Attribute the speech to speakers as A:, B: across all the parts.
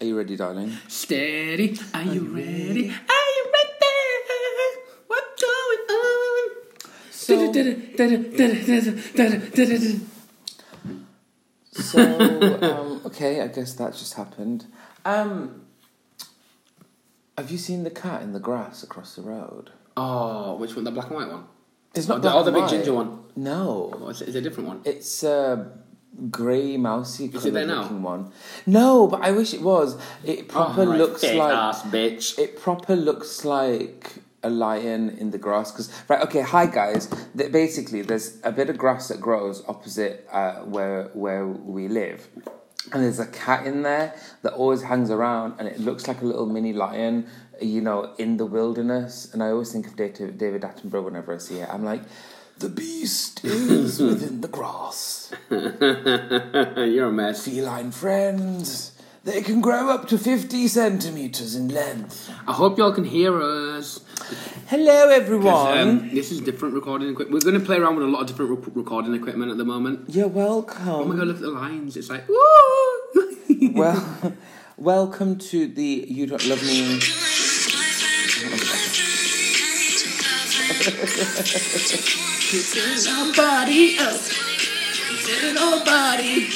A: Are you ready, darling?
B: Steady. Are you ready? Are you ready? What's going on?
A: So- So, um, okay, I guess that just happened. Um, have you seen the cat in the grass across the road?
B: Oh, which one? The black and white one?
A: It's
B: Oh, the-
A: black
B: oh, the
A: and
B: big ginger
A: white.
B: one.
A: No,
B: Or is it, is it a different one?
A: it's a grey, mousy
B: Is it there
A: coloured
B: now?
A: looking one. No, but I wish it was. It proper
B: Alright,
A: looks
B: thick
A: like
B: ass bitch.
A: It proper looks like a lion in the grass. Because right, okay, hi guys. Th- basically, there's a bit of grass that grows opposite uh, where where we live, and there's a cat in there that always hangs around, and it looks like a little mini lion. You know, in the wilderness, and I always think of David David Attenborough whenever I see it. I'm like, the beast is within the grass
B: You're a mess.
A: feline friends. They can grow up to 50 centimetres in length.
B: I hope y'all can hear us.
A: Hello, everyone.
B: Um, this is different recording equipment. We're going to play around with a lot of different rec- recording equipment at the moment.
A: You're
B: Oh my
A: welcome.
B: god, look at the lines. It's like, woo!
A: well, welcome to the You Don't Love Me.
B: nobody else. nobody.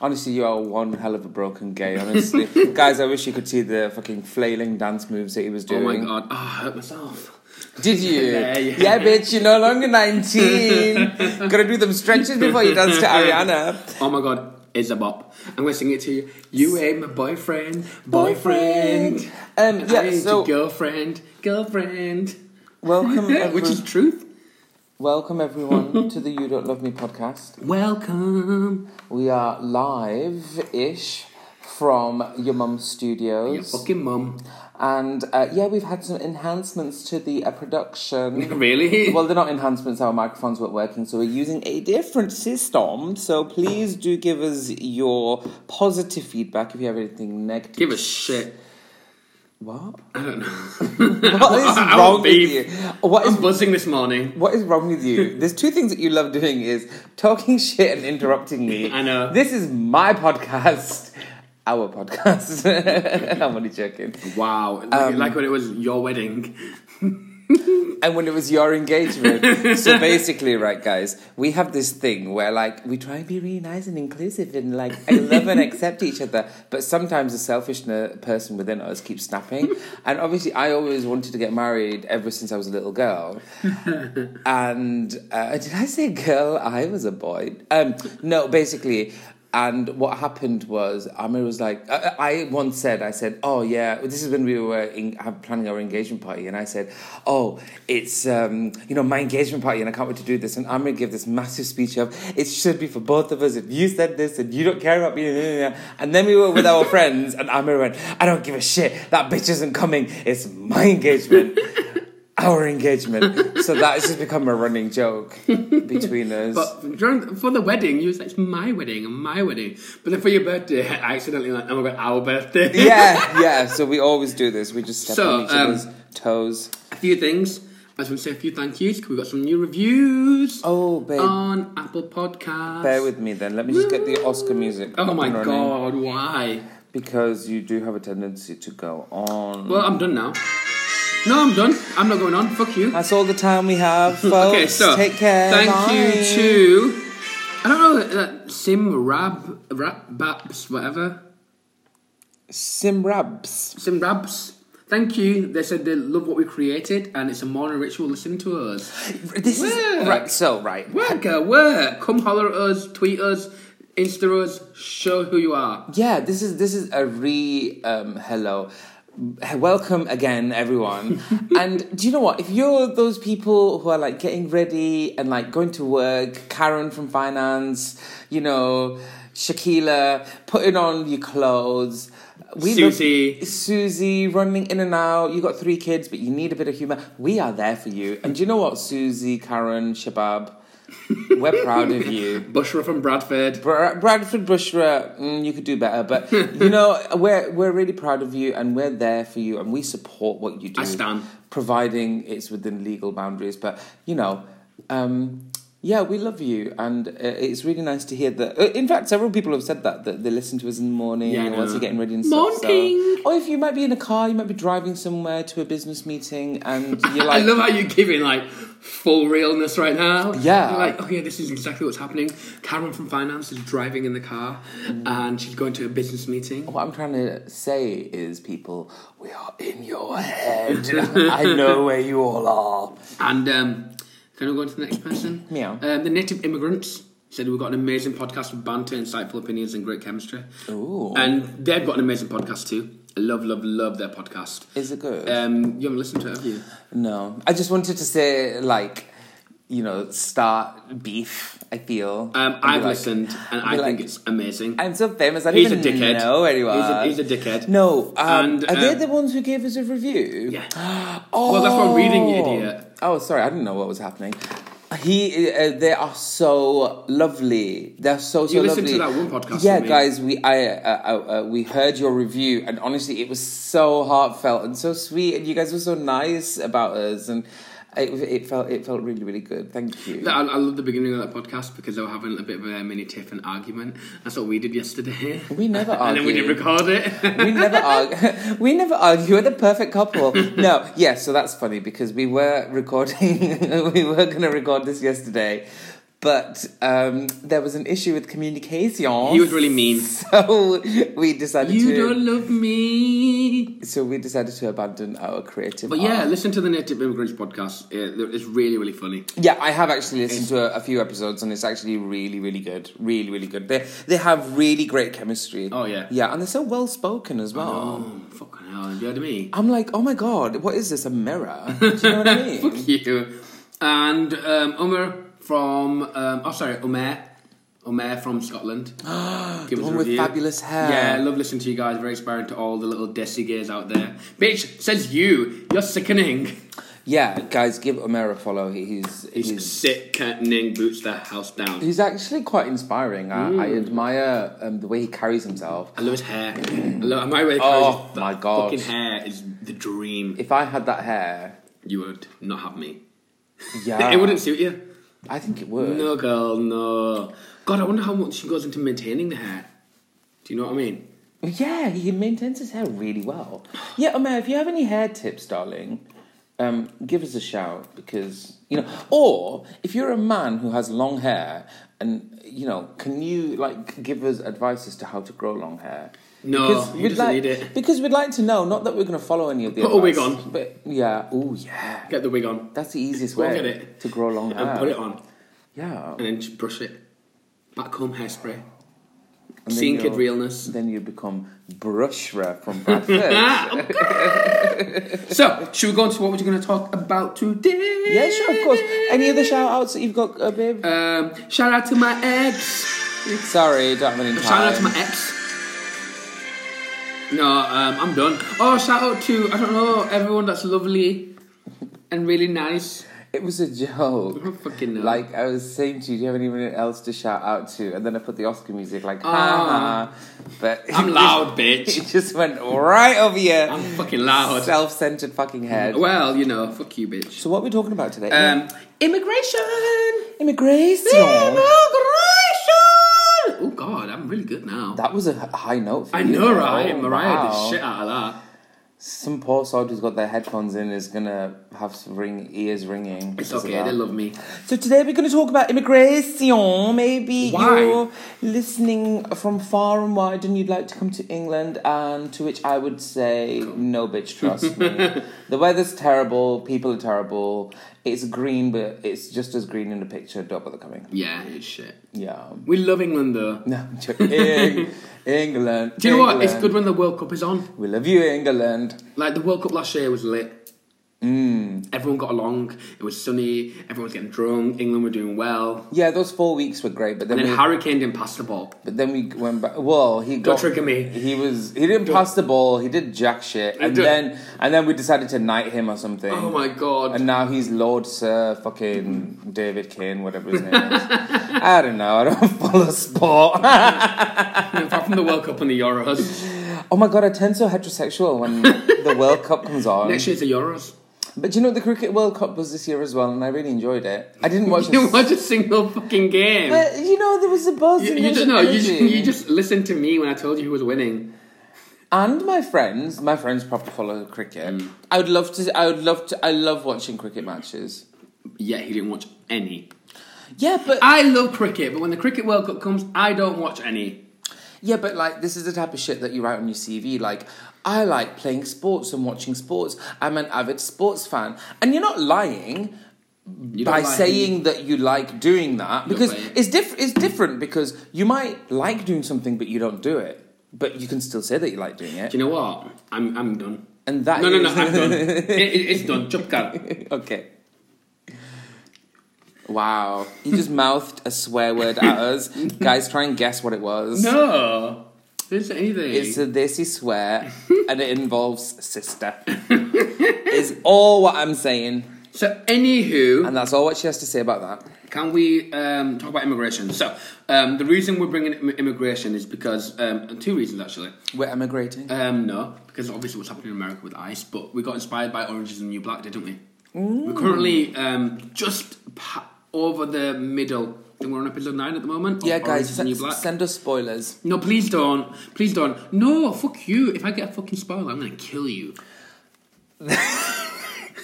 A: Honestly, you are one hell of a broken gay, honestly. Guys, I wish you could see the fucking flailing dance moves that he was
B: Oh
A: doing.
B: my god, oh, I hurt myself.
A: Did you?
B: Yeah, yeah.
A: bitch, you're no longer 19. Gotta do them stretches before you dance to Ariana.
B: Oh my god, it's a bop. I'm gonna sing it to you. You ain't my boyfriend, boyfriend.
A: Um, yeah,
B: I ain't your
A: so
B: girlfriend, girlfriend.
A: welcome,
B: Which
A: every-
B: is truth.
A: welcome everyone to the You Don't Love Me podcast.
B: Welcome.
A: We are live ish from your mum's
B: Your
A: studios.
B: fucking mum.
A: And uh, yeah, we've had some enhancements to the uh, production.
B: Really?
A: well, they're not enhancements, our microphones weren't working, so we're using a different system. So please do give us your positive feedback if you have anything negative.
B: Give a shit.
A: What?
B: I don't know.
A: What is
B: I- I
A: wrong
B: want
A: with
B: beef.
A: you? What
B: I
A: is
B: was buzzing this morning.
A: What is wrong with you? There's two things that you love doing is talking shit and interrupting me.
B: I know.
A: This is my podcast. Our podcast. I'm only joking.
B: Wow. Like,
A: Um,
B: like when it was your wedding.
A: And when it was your engagement. so basically, right, guys, we have this thing where, like, we try and be really nice and inclusive and, like, I love and accept each other. But sometimes the selfish ne- person within us keeps snapping. And obviously, I always wanted to get married ever since I was a little girl. and uh, did I say girl? I was a boy. Um, no, basically. And what happened was, Amir was like, I, I once said, I said, oh yeah, this is when we were in, have- planning our engagement party, and I said, oh, it's um, you know my engagement party, and I can't wait to do this. And Amir gave this massive speech of, it should be for both of us. If you said this and you don't care about me, and then we were with our friends, and Amir went, I don't give a shit. That bitch isn't coming. It's my engagement. our engagement. so that has just become a running joke between us.
B: But during, for the wedding, you was like, it's my wedding, my wedding. But then for your birthday, I accidentally went, oh my god, our birthday.
A: yeah, yeah. So we always do this. We just step
B: So,
A: on each
B: um,
A: other's toes.
B: a few things. I just want to say a few thank yous 'cause we got some new reviews
A: Oh, babe,
B: on Apple Podcasts.
A: bear with me then. Let me just get the Oscar music.
B: oh
A: up
B: my
A: and running.
B: god, why?
A: Because you do have a tendency to go on.
B: Well, I'm done now. No, I'm done. I'm not going on. Fuck you.
A: That's all the time we have, folks.
B: Okay, so
A: take care.
B: Thank
A: Bye.
B: you to I don't know that Sim Rab Rab Babs whatever
A: Sim Rabs.
B: Sim Rabs. Thank you. They said they love what we created and it's a morning ritual listening to us.
A: This is
B: Work.
A: right. So right.
B: Work, uh, work. Come holler at us, tweet us, Insta us, show who you are.
A: Yeah, this is this is a re um, hello. Welcome again, everyone. and do you know what? If you're those people who are like getting ready and like going to work, Karen from finance, you know, Shakila, putting on your clothes, we love-
B: Susie.
A: Susie, running in and out. You got three kids, but you need a bit of humor. We are there for you. And do you know what, Susie, Karen, Shabab, we're proud of you.
B: Bushra from Bradford.
A: Bra- Bradford Bushra, mm, you could do better, but you know we're we're really proud of you, and we're there for you, and we support what you do.
B: I stand.
A: providing it's within legal boundaries. But you know, um, yeah, we love you, and uh, it's really nice to hear that. Uh, in fact, several people have said that that they listen to us in the morning
B: Yeah, I
A: or once
B: know.
A: you're getting ready and stuff. so-
B: Morning.
A: Or if you might be in a car, you might be driving somewhere to a business meeting, and you're
B: I
A: like,
B: love how you're giving like full realness right now.
A: Yeah.
B: You're like, oh yeah, this is exactly what's happening. Karen from finance is driving in the car and she's going to a business meeting.
A: What I'm trying to say is, people, we are in your head. I know where you all are.
B: And um, can we go on to the next person?
A: Meow.
B: Um, the native immigrants said we've got an amazing podcast with banter, insightful opinions, and great chemistry.
A: Ooh.
B: And they've got an amazing podcast too. I love, love, love their podcast.
A: Is it good?
B: Um, you haven't listened to it, have you?
A: no. I just wanted to say, like, you know, start beef, I feel.
B: Um,
A: And be
B: I've
A: like,
B: listened, and I
A: be
B: think
A: like-
B: it's amazing.
A: I'm so famous, I don't
B: He's a
A: even
B: dickhead.
A: know anyone.
B: He's a- he's a dickhead.
A: No. Um,
B: And,
A: are they
B: um,
A: the ones who gave us a review?
B: Yeah.
A: Oh.
B: Well, that's what I'm reading, you idiot.
A: Oh, sorry, I didn't know what was happening. He, uh, they are so lovely. They're so so
B: You listened
A: lovely.
B: to that one podcast
A: Yeah,
B: with me.
A: guys, we I uh, uh, uh, we heard your review, and honestly, it was so heartfelt and so sweet, and you guys were so nice about us, and it, it felt it felt really really good. Thank you.
B: I, I love the beginning of that podcast because they were having a bit of a mini tiff and argument. That's what we did yesterday.
A: We never
B: and then we
A: argue.
B: didn't record it.
A: we never argue. We never argue. We're the perfect couple. No, yeah. So that's funny because we were recording. we were going to record this yesterday, but um, there was an issue with communication.
B: he was really mean.
A: So we decided
B: You
A: to.
B: don't love me.
A: So we decided to abandon our creative.
B: But yeah,
A: art.
B: listen to the Native Immigrants podcast. Uh, It's really, really funny.
A: yeah. I have actually listened to a, a few episodes, and it's actually really, really good. Really, really good. They they have really great chemistry.
B: Oh, yeah.
A: yeah, and they're so well spoken as well.
B: Oh, fucking hell. You heard of me?
A: I'm like, oh my god, what is this? A mirror? Do you know what I mean?
B: Fuck you. And um, Umar from, um, oh, sorry, Umer. Umer from Scotland. Give
A: Ah, The
B: us a
A: one with
B: review.
A: fabulous hair.
B: Yeah, I love listening to you guys. Very inspiring to all the little desi gays out there. Bitch, says you. You're sickening.
A: Yeah, guys, give Omer a follow. He- He's he's
B: He's
A: he's,
B: sickening. Boots the house down.
A: actually quite inspiring. I, I
B: Mm.
A: admire um, the way he carries himself.
B: I love his hair. I love my way.
A: Oh, my God.
B: Fucking hair is the dream.
A: If I had that hair,
B: You would not have me.
A: yeah,
B: It wouldn't suit you.
A: I think it would.
B: No, girl, no. God, I wonder how much she goes into maintaining the hair. Do you know what I mean?
A: Yeah, he maintains his hair really well. Yeah, Omer, if you have any hair tips, darling, um, give us a shout because you know. Or if you're a man who has long hair, and you know, can you like give us advice as to how to grow long hair?
B: No, he
A: we'd
B: doesn't
A: like,
B: need it. Oh,
A: Because we'd like to know. Not that we're going to follow any of the.
B: Put a wig
A: advice,
B: on.
A: But yeah, oh yeah,
B: Get the wig on
A: that's the easiest
B: Go
A: way
B: and get it.
A: to grow long hair.
B: and put it on
A: Yeah,
B: and then just brush it. Back home hairspray.
A: And then
B: Seeing kid
A: you'll-
B: realness.
A: Then you become Brushra from Bradford.
B: So, should we go on to what we're going to talk about today?
A: yeah, sure, of course. Any other shout outs that you've got, uh, babe?
B: Um, shout out to my ex.
A: Sorry, don't have any time.
B: Shout out to my ex. No, um, I'm done. Oh, shout out to I don't know everyone that's lovely and really nice.
A: it was a
B: I
A: joke.
B: don't fucking know.
A: Like I was saying to you, do you have anyone else to shout out to? And then I put the Oscar music, like ha
B: Ah.
A: ha. But
B: I'm loud, bitch.
A: It just went right over
B: I'm
A: your
B: fucking loud.
A: self-centered fucking head.
B: Well, you know, fuck you, bitch.
A: So what are we talking about today?
B: Um, immigration.
A: Immigration.
B: Immigration. Oh God, I'm really good now.
A: That was a h- high note. For
B: I
A: you.
B: know, right?
A: Oh,
B: Mariah
A: wow.
B: did shit out of that.
A: Some poor sod who's got their headphones in is gonna have some ring ears ringing.
B: It's
A: because of
B: okay.
A: that.
B: They love me.
A: So today we're going to talk about immigration. Maybe
B: Why?
A: you're listening from far and wide and you'd like to come to England, and to which I would say, no, bitch, trust me. The weather's terrible, people are terrible. It's green, but it's just as green in the picture. Double the coming.
B: Yeah, it's shit.
A: Yeah.
B: We love England though.
A: No, I'm joking. Eng- England.
B: Do you know what? It's
A: England.
B: good when the World Cup is on.
A: We love you, England.
B: Like the World Cup last year was lit. Mm. Everyone got along. It was sunny. Everyone was getting drunk. England were doing well.
A: Yeah, those four weeks were great, but then,
B: And
A: we,
B: then Hurricane didn't pass the ball.
A: but then we went back. Well, he
B: Don't
A: got
B: trigger me.
A: He was he didn't pass the ball. He did jack shit, and
B: did.
A: then and then we decided to knight him or something.
B: Oh my god.
A: And now he's Lord Sir fucking David Kane, whatever his name is. I don't know. I don't follow sport.
B: Apart from the World Cup and the Euros.
A: oh my god, I turn so heterosexual when the World Cup comes on.
B: Next year's the Euros.
A: But you know, the Cricket World Cup was this year as well, and I really enjoyed it. I didn't watch
B: You
A: it.
B: didn't watch a single fucking game.
A: But you know, there was a buzz.
B: you,
A: and
B: you
A: there was
B: just
A: an
B: no. You just,
A: energy.
B: you just listened to me when I told you who was winning.
A: and my friends, my friends proper follow cricket.
B: Mm.
A: I would love to. I would love to. I love watching cricket matches.
B: Yeah, he didn't watch any.
A: Yeah, but
B: I love cricket, but when the Cricket World Cup comes, I don't watch any.
A: yeah, but like this is the type of shit that you write on your CV. Like, I like playing sports and watching sports. I'm an avid sports fan, and you're not lying.
B: You don't
A: by
B: like-
A: saying that you like doing that because
B: but-
A: it's diff- it's different because you might like doing something but you don't do it but you can still say that you like doing it
B: Do you know what? I'm I'm done.
A: and that
B: No, no, no,
A: is-
B: I'm done. It, it, it's done. Jump cut.
A: okay wow he just mouthed a swear word at us guys try and guess what it was
B: No, there's anything.
A: it's a desi swear and it involves sister is all what i'm saying
B: so, anywho,
A: and that's all what she has to say about that
B: Can we um, talk about immigration? So, um, the reason we're bringing im- immigration is because, um, two reasons actually.
A: we're emigrating
B: Um, no, because obviously what's happening in America with ICE, but we got inspired by Orange is the New Black, didn't we? We're currently um, just pa- over the middle. I think we're on episode 9 at the moment. of
A: yeah
B: Orange
A: guys
B: is the New
A: sen-
B: Black.
A: send us spoilers
B: no, please don't. Please don't. No, fuck you. If I get a fucking spoiler, I'm going to kill you.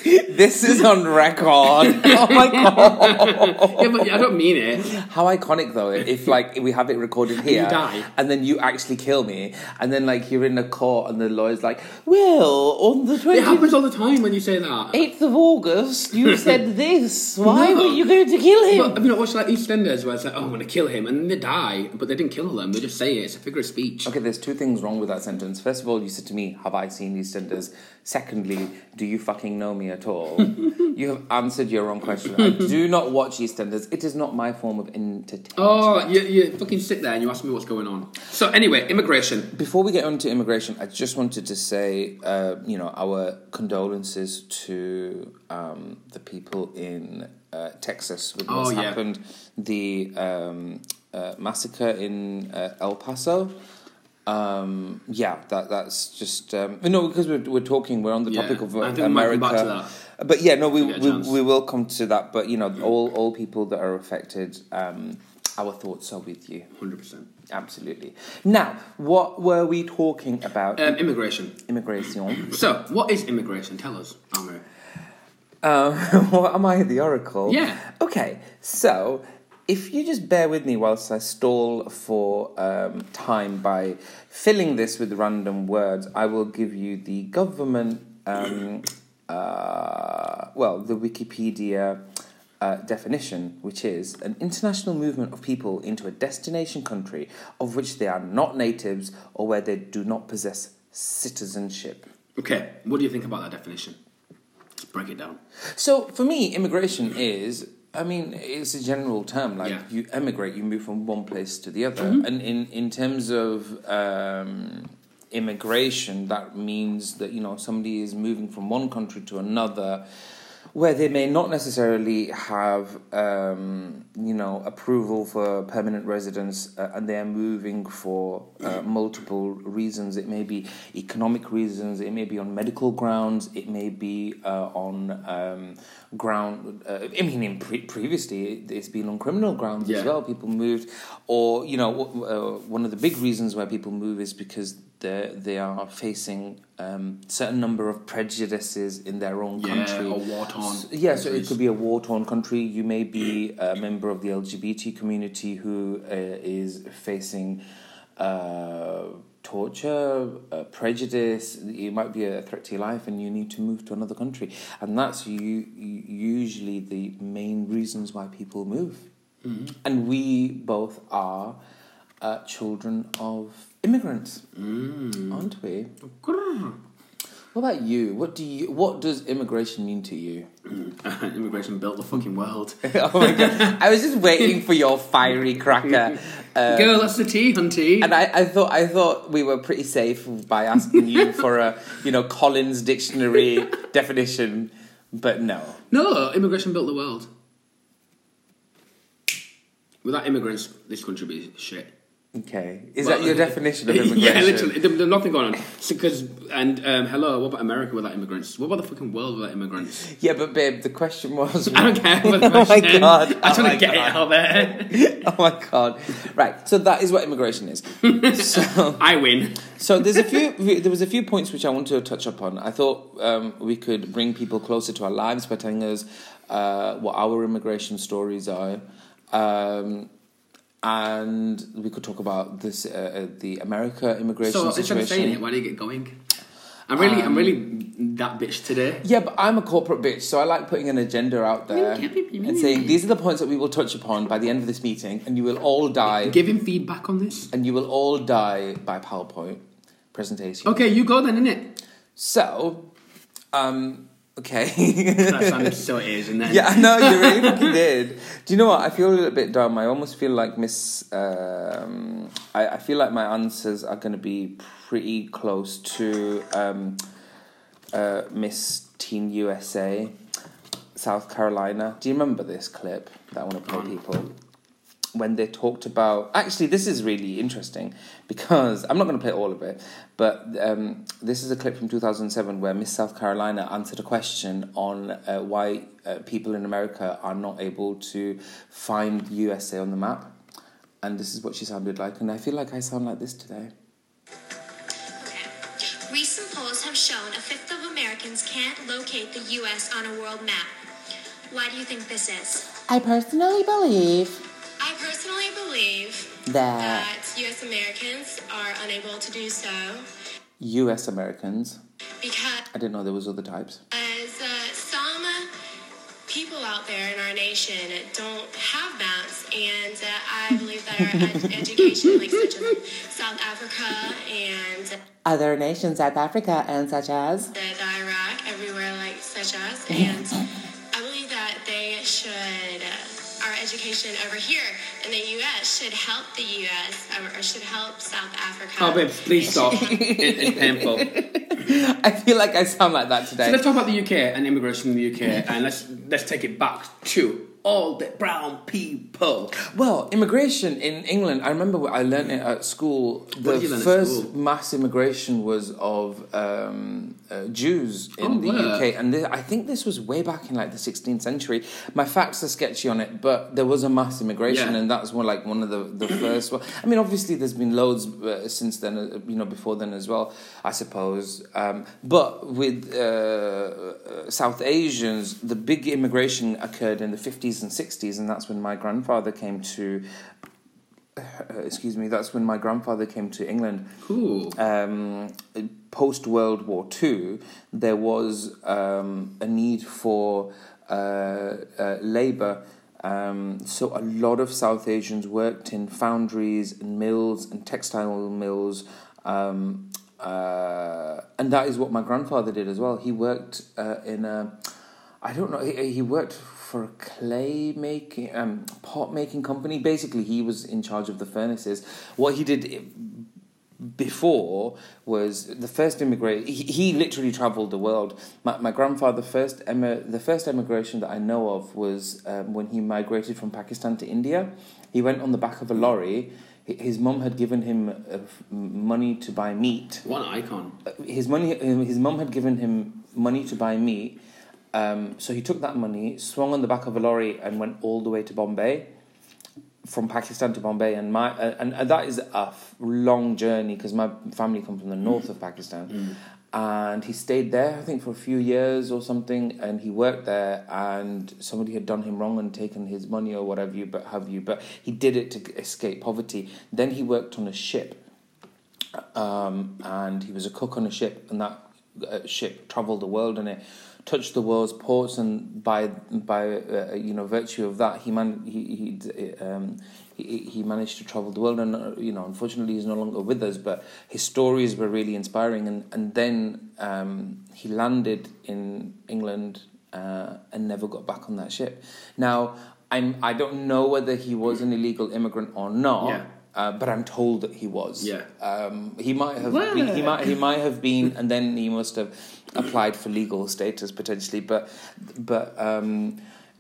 A: This is on record. oh my god!
B: yeah, but I don't mean it.
A: How iconic though! If like we have it recorded here,
B: die.
A: and then you actually kill me, and then like you're in a court, and the lawyer's like, "Well, on the
B: It
A: twenty
B: happens all the time when you say that.
A: eighth of August, you said this. Why
B: No.
A: were you going to kill him?"
B: But have you not watched like EastEnders where it's like, oh, I'm gonna kill him, and they die, but they didn't kill them. They just say it. It's a figure of speech.
A: Okay, there's two things wrong with that sentence. First of all, you said to me, Have I seen EastEnders? Secondly, do you fucking know me at all? you have answered your own question. I do not watch EastEnders. It is not my form of entertainment.
B: Oh, you, you fucking sit there and you ask me what's going on. So anyway, immigration.
A: Before we get on to immigration, I just wanted to say, uh, you know, our condolences to um, the people in uh, Texas with what's
B: Oh, yeah.
A: happened, the um, uh, massacre in uh, El Paso. Um, yeah, that that's just um, no, because we're we're talking, we're on the
B: Yeah,
A: topic of uh,
B: I think we might
A: America.
B: come back to
A: But yeah, no, we
B: get a
A: we,
B: chance.
A: we will come to that. But you know, all all people that are affected, um, our thoughts are with you.
B: Hundred percent.
A: Absolutely. Now, what were we talking about?
B: Um, immigration.
A: Immigration.
B: So what is immigration? Tell us, Amir.
A: Um, what am I, the Oracle?
B: Yeah.
A: Okay, so if you just bear with me whilst I stall for um, time by filling this with random words, I will give you the government, um, uh, well, the Wikipedia. Uh, definition, which is an international movement of people into a destination country of which they are not natives or where they do not possess citizenship.
B: Okay, what do you think about that definition? Let's break it down.
A: So for me, immigration is. I mean, it's a general term. Like
B: Yeah.
A: you emigrate, you move from one place to the other, and in in terms of um, immigration, that means that you know somebody is moving from one country to another, where they may not necessarily have um, you know approval for permanent residence, uh, and they are moving for uh, multiple reasons. It may be economic reasons, it may be on medical grounds, it may be uh, on um, ground. Uh, I mean, in pre- previously it- it's been on criminal grounds as
B: Yeah.
A: well. People moved, or you know, w- uh, one of the big reasons where people move is because they they are facing um, certain number of prejudices in their own
B: Yeah,
A: country.
B: or war-torn
A: S- yeah, so it
B: countries.
A: could be a war torn country. You may be a member of the LGBT community who uh, is facing uh, torture, uh, prejudice. It might be a threat to your life, and you need to move to another country. And that's u- usually the main reasons why people move. And we both are uh, children of immigrants, aren't we? What about you? What do you? What does immigration mean to you?
B: immigration built the fucking world.
A: oh my god! I was just waiting for your fiery cracker, uh,
B: Girl, that's the tea, hunty.
A: and I, I thought I thought we were pretty safe by asking you for a you know Collins dictionary definition, but no.
B: No, immigration built the world. Without immigrants, this country would be shit.
A: Okay. Is
B: Well,
A: that your
B: uh,
A: definition of immigration?
B: yeah, literally, there- there's nothing going on. Because and um, hello, what about America without immigrants? What about the fucking world without immigrants?
A: Yeah, but babe, the question was.
B: I don't care. About the
A: Oh my
B: question.
A: God.
B: I just
A: Oh
B: want
A: my
B: to get it
A: God.
B: out there.
A: oh my god! Right. So that is what immigration is. so,
B: I win.
A: so there's a few. There was a few points which I wanted to touch upon. I thought um, we could bring people closer to our lives by telling us uh, what our immigration stories are. Um, and we could talk about this uh, uh, the America immigration
B: So instead of saying
A: situation. Um,
B: it, why do you get going? I'm really, I'm really that bitch today.
A: Yeah, but I'm a corporate bitch, so I like putting an agenda out there
B: can't be mean.
A: and saying these are the points that we will touch upon by the end of this meeting, and you will all die,
B: Giving feedback on this.
A: and you will all die by PowerPoint presentation.
B: Okay, you go then, innit?
A: So, um, okay.
B: That sounded so Asian then.
A: yeah, I know you really fucking did. Do you know what? I feel a little bit dumb. I almost feel like Miss. Um, I, I feel like my answers are going to be pretty close to um, uh, Miss Teen USA, South Carolina. Do you remember this clip that I want to play people? When they talked about. Actually, this is really interesting because I'm not going to play all of it, but um, this is a clip from 2007 where Miss South Carolina answered a question on uh, why uh, people in America are not able to find USA on the map. And this is what she sounded like, and I feel like I sound like this today.
C: Recent polls have shown a fifth of Americans can't locate the U.S. on a world map. Why do you think this is?
A: I personally believe
C: I personally believe
A: that
C: that U.S. Americans are unable to do so
A: US Americans,
C: because
A: I didn't know there was other types.
C: uh, some people out there in our nation don't have maps, and uh, I believe that our ed- education, like such as South Africa and
A: Other nations, South Africa and such as.
C: that Iraq, everywhere like such as,
B: Mm-hmm.
C: and I believe that they should uh, our education over here in the U.S. should help the U.S. or- or should help South Africa.
B: Oh, babe, please stop. it, it's painful.
A: I feel like I sound like that
B: So
A: today.
B: let's talk about the UK and immigration in the UK, and let's let's take it back to all the brown people.
A: Well, immigration in England, I remember what I learned it at school. The
B: did you learn at
A: first
B: school?
A: mass immigration was of um, uh, Jews in
B: Oh,
A: the
B: word.
A: UK. And thi- I think this was way back in like the 16th century. My facts are sketchy on it, but there was a mass immigration,
B: Yeah.
A: and that's one like one of the, the first one. I mean, obviously, there's been loads uh, since then, uh, you know, before then as well, I suppose. Um, but with uh, uh, South Asians, the big immigration occurred in the 50s and 60s, and that's when my grandfather came to. Uh, excuse me. That's when my grandfather came to England
B: Cool.
A: um, post World War II, there was um, a need for uh, uh, labour. Um, so a lot of South Asians worked in foundries and mills and textile mills. Um, uh, and that is what my grandfather did as well. He worked uh, in a, I don't know, he, he worked for a clay making, um, pot making company. Basically, he was in charge of the furnaces. What he did before was the first immigrant. He, he literally travelled the world. My, my grandfather first emi- the first emigration that I know of was um, when he migrated from Pakistan to India. He went on the back of a lorry. H- His mum had given him uh, f- money to buy meat.
B: One icon.
A: His money. um, His mum had given him money to buy meat. Um, so he took that money, swung on the back of a lorry, and went all the way to Bombay from Pakistan to Bombay, and my uh, and uh, that is a f- long journey because my family come from the north of Pakistan, and he stayed there I think for a few years or something, and he worked there, and somebody had done him wrong and taken his money or whatever you but have you, but he did it to g- escape poverty. Then he worked on a ship, um, and he was a cook on a ship, and that uh, ship travelled the world in it, touched the world's ports, and by by uh, you know virtue of that, he man he he um, he, he managed to travel the world, and uh, you know unfortunately he's no longer with us, but his stories were really inspiring, and and then um, he landed in England uh, and never got back on that ship. Now I'm I don't know whether he was an illegal immigrant or not.
B: Yeah.
A: Uh, but I'm told that he was.
B: Yeah.
A: Um, he might have been, he might he might have been, and then he must have applied for legal status potentially. But but um,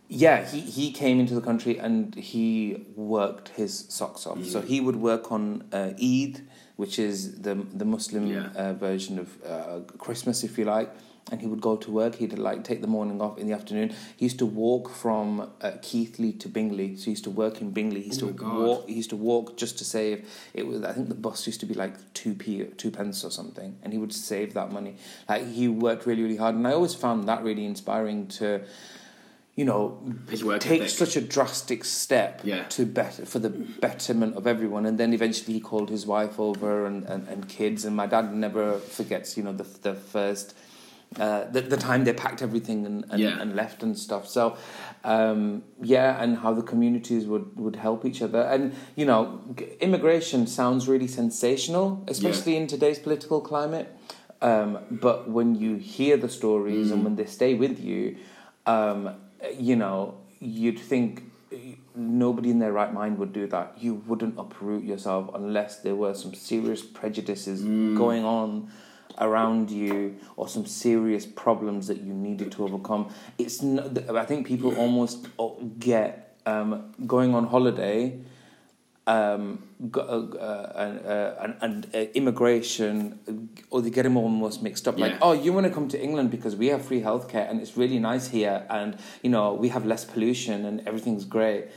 A: yeah, he, he came into the country and he worked his socks off. So he would work on uh, Eid, which is the the Muslim
B: Yeah.
A: uh, version of uh, Christmas, if you like. And he would go to work. He'd like take the morning off in the afternoon. He used to walk from uh, Keithley to Bingley. So he used to work in Bingley. He used
B: Oh
A: to
B: my God.
A: walk. He used to walk just to save. It was I think the bus used to be like two p two pence or something, and he would save that money. Like he worked really really hard, and I always found that really inspiring to you know,
B: His work
A: take
B: ethic.
A: such a drastic step
B: Yeah.
A: to better for the betterment of everyone. And then eventually he called his wife over and, and, and kids. And my dad never forgets, you know, the the first. Uh, the, the time they packed everything and, and,
B: Yeah.
A: and left and stuff. So, um, yeah, and how the communities would, would help each other. And, you know, g- immigration sounds really sensational, especially in today's political climate. Um, but when you hear the stories
B: Mm.
A: and when they stay with you, um, you know, you'd think eh, nobody in their right mind would do that. You wouldn't uproot yourself unless there were some serious prejudices going on around you or some serious problems that you needed to overcome. It's not, I think people almost uh, get um, going on holiday um, go- uh, uh, and, and uh, immigration, uh, or they get them almost mixed up. Like,
B: Yeah.
A: oh, you want to come to England because we have free healthcare and it's really nice here, and you know we have less pollution and everything's great.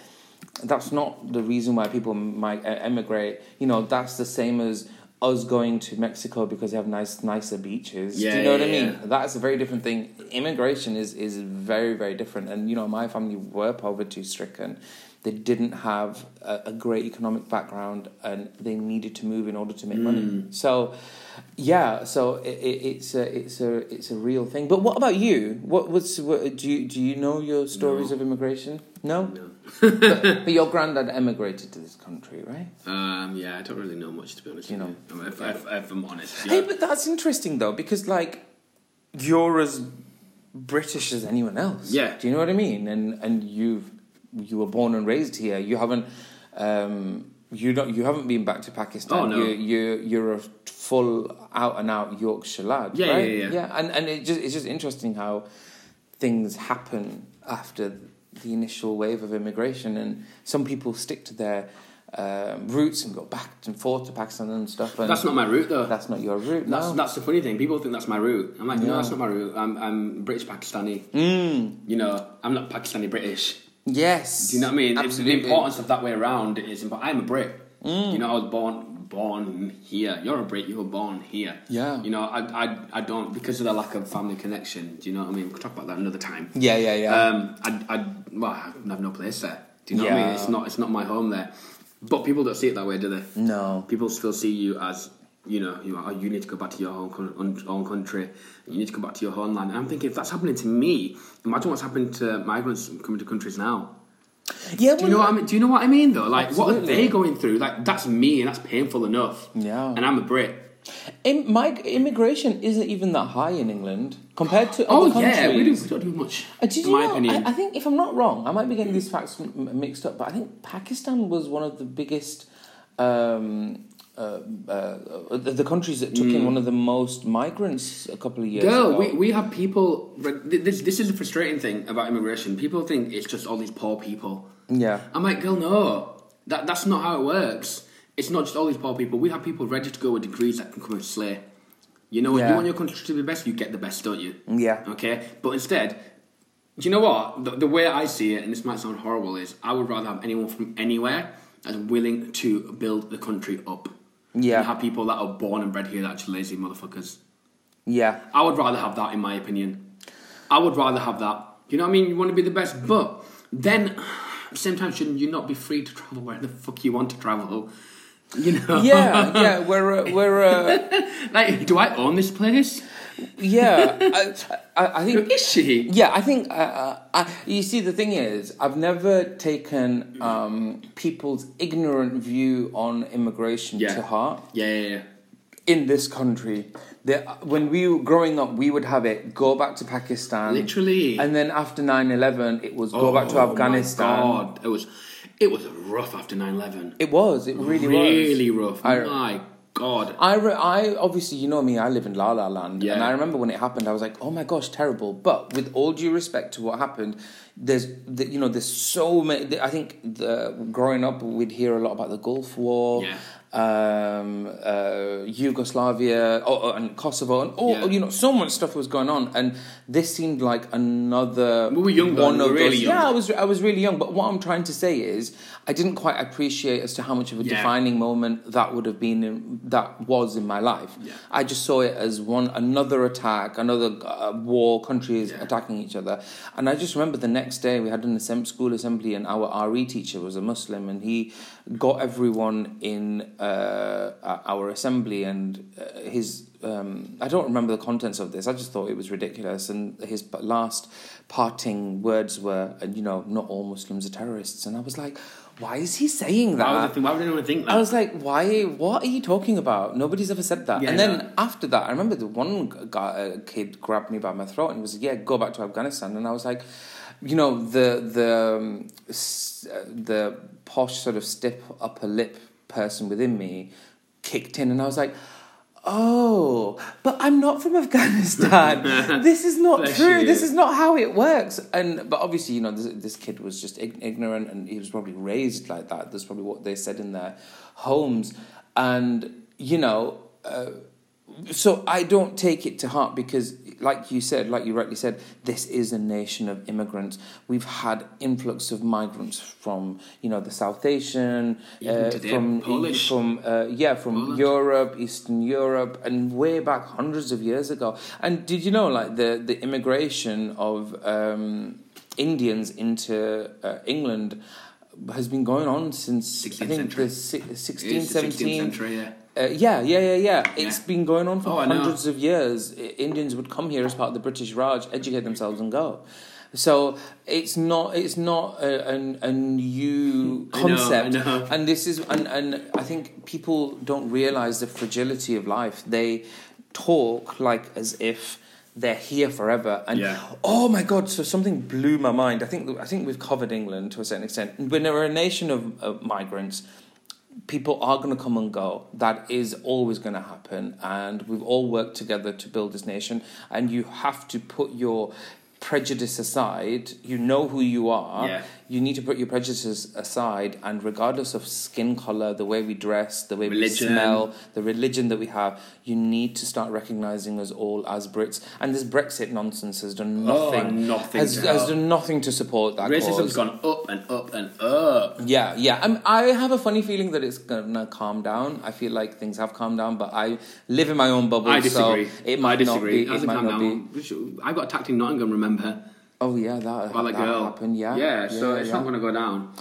A: That's not the reason why people might uh, emigrate. You know, that's the same as us going to Mexico because they have nice, nicer beaches. Do
B: Yeah,
A: you know
B: yeah,
A: what I mean?
B: yeah.
A: That's a very different thing. Immigration is is very very different, and you know my family were poverty stricken. They didn't have a, a great economic background, and they needed to move in order to make money. So, yeah, so it, it, it's a it's a it's a real thing. But what about you? What was what, do you do you know your stories of immigration? No,
B: No.
A: but, but your granddad emigrated to this country, right?
B: Um, yeah, I don't really know much to be honest.
A: You
B: with
A: know.
B: you. if, if, if I'm honest.
A: Hey,
B: Yeah.
A: but that's interesting though, because like you're as British as anyone else.
B: Yeah.
A: Do you know what I mean? And and you've you were born and raised here. You haven't um you don't you haven't been back to Pakistan.
B: Oh, no.
A: You you you're a full out and out Yorkshire lad.
B: Yeah, yeah,
A: right?
B: yeah.
A: And and it just it's just interesting how things happen after the initial wave of immigration and some people stick to their um, roots and go back and forth to Pakistan and stuff and
B: That's not my route though.
A: that's not your route.
B: That's
A: no.
B: that's the funny thing. People think that's my route. I'm like, no,
A: Yeah. Mm.
B: that's not my route. I'm I'm British Pakistani. You know, I'm not Pakistani British.
A: yes.
B: Do you know what I mean? It's
A: Absolutely. Mm.
B: The importance of that way around is important. I'm a Brit. You know, I was born born here. You're a Brit. You were born here.
A: Yeah.
B: You know, I I I don't because of the lack of family connection. Do you know what I mean? We'll talk about that another time.
A: Yeah, yeah, yeah.
B: Um, I, I, well, I have no place there. Do you know what I mean?
A: Yeah.
B: It's not, it's not my home there. But people don't see it that way, do they?
A: no.
B: People still see you as, you know, you, are, oh, you need to go back to your home, con- un- own country. You need to go back to your homeland. And I'm thinking, if that's happening to me, imagine what's happened to migrants coming to countries now.
A: Yeah,
B: Do you know what I mean? Do you know what I mean though? Like, what are
A: Absolutely.
B: they going through? Like, that's me, and that's painful enough.
A: Yeah.
B: And I'm a Brit.
A: Im- my immigration isn't even that high in England compared to
B: Oh
A: other countries.
B: yeah, we, do, we don't do much.
A: Uh, did
B: in
A: you
B: my
A: know,
B: opinion,
A: I, I think if I'm not wrong, I might be getting these facts m- m- mixed up, but I think Pakistan was one of the biggest, um, uh, uh, the, the countries that took in one of the most migrants a couple of years
B: Girl,
A: ago.
B: Mm. we, we have people. This, this is the frustrating thing about immigration. People think it's just all these poor people.
A: yeah,
B: I'm like, girl, no. That, that's not how it works. It's not just all these poor people. We have people ready to go with degrees that can come and slay. You know, if
A: Yeah.
B: you want your country to be best, you get the best, don't you?
A: Yeah.
B: Okay? But instead, do you know what? The, the way I see it, and this might sound horrible, is I would rather have anyone from anywhere that's willing to build the country up.
A: Yeah.
B: And have people that are born and bred here that are just lazy motherfuckers.
A: yeah,
B: I would rather have that, in my opinion. I would rather have that. You know what I mean? You want to be the best, but then at the same time, shouldn't you not be free to travel where the fuck you want to travel? You know?
A: yeah, yeah. We're uh, we're. Uh,
B: like, do I own this place?
A: Yeah, I, I, I
B: Who
A: think.
B: is she?
A: Yeah, I think. Uh, uh, I, you see, the thing is, I've never taken um, people's ignorant view on immigration
B: Yeah.
A: to heart
B: Yeah, yeah, yeah.
A: in this country. That when we were growing up, we would have it go back to Pakistan,
B: Literally.
A: and then after 9-11, it was go back to
B: Oh my
A: Afghanistan.
B: God. It was, it was rough after 9 11.
A: It was. It really, was.
B: Really rough.
A: I-
B: my God.
A: I, re- I obviously, you know me, I live in La La Land. And
B: Yeah.
A: I remember when it happened, I was like, oh my gosh, terrible. But with all due respect to what happened, there's, the, you know, there's so many. I think the, growing up, we'd hear a lot about the Gulf War.
B: Yeah.
A: Um, uh, Yugoslavia oh, oh, and Kosovo and all
B: Yeah.
A: you know so much stuff was going on and this seemed like another
B: We were young then,
A: one
B: we
A: of
B: were really
A: those-
B: young.
A: yeah I was I was really young but what I'm trying to say is I didn't quite appreciate as to how much of a
B: Yeah.
A: defining defining moment that would have been in, that was in my life.
B: Yeah.
A: I just saw it as one another attack, another uh, war, countries
B: Yeah.
A: attacking each other. And I just remember the next day we had an assemb- school assembly, and our RE teacher was a Muslim, and he got everyone in uh, our assembly and uh, his. Um, I don't remember the contents of this. I just thought it was ridiculous. And his p- last parting words were, "And you know, not all Muslims are terrorists." And I was like, "Why is he saying that?"
B: Why would, they, why would anyone think that?
A: I was like, why? What are you talking about? Nobody's ever said that.
B: Yeah,
A: and then
B: no.
A: after that, I remember the one g- guy, uh, kid grabbed me by my throat and he was like, "Yeah, go back to Afghanistan." And I was like, you know, the the um, s- uh, the posh sort of stiff upper lip person within me kicked in, and I was like. Oh, but I'm not from Afghanistan. this is not
B: Bless
A: true.
B: you.
A: This is not how it works. And but obviously, you know, this, this kid was just ig- ignorant, and he was probably raised like that. That's probably what they said in their homes. And you know, uh, so I don't take it to heart because, like you said, like you rightly said, this is a nation of immigrants. We've had influx of migrants from you know the South Asian,
B: Even
A: uh,
B: today,
A: from
B: Polish.
A: from uh, yeah from
B: Poland.
A: Europe, Eastern Europe, and way back hundreds of years ago. And did you know like the the immigration of um, Indians into uh, England has been going on since I
B: 16th
A: think
B: century.
A: the si- 16,
B: It's the 16th
A: 17
B: century, yeah.
A: uh, yeah, yeah, yeah, yeah. It's
B: Yeah.
A: been going on for
B: Oh, I know.
A: hundreds of years. I- Indians would come here as part of the British Raj, educate themselves, and go. So it's not it's not a, an a new
B: I know, I
A: concept,
B: know.
A: and this is and and I think people don't realize the fragility of life. They talk like as if they're here forever, and
B: Yeah.
A: oh my god! So something blew my mind. I think I think we've covered England to a certain extent. When we're a nation of, of migrants, people are going to come and go. That is always going to happen. And we've all worked together to build this nation. And you have to put your prejudice aside. You know who you are.
B: Yeah.
A: You need to put your prejudices aside. And regardless of skin color, the way we dress, the way
B: Religion.
A: we smell, the religion that we have, you need to start recognizing us all as Brits. And this Brexit nonsense has done
B: Oh,
A: nothing.
B: nothing
A: has,
B: to
A: has
B: help.
A: done nothing to support that
B: Racism's
A: cause.
B: gone up and up and up.
A: Yeah, yeah. I'm, I have a funny feeling that it's gonna calm down. I feel like things have calmed down, but I live in my own bubble.
B: I disagree.
A: So it might
B: I disagree.
A: not be. It
B: Hasn't
A: might
B: come
A: not be.
B: down. We should- I got attacked in Nottingham, remember?
A: Oh yeah, that,
B: By that,
A: that
B: girl.
A: happened. Yeah,
B: Yeah, so
A: yeah,
B: it's
A: yeah.
B: not going to go down.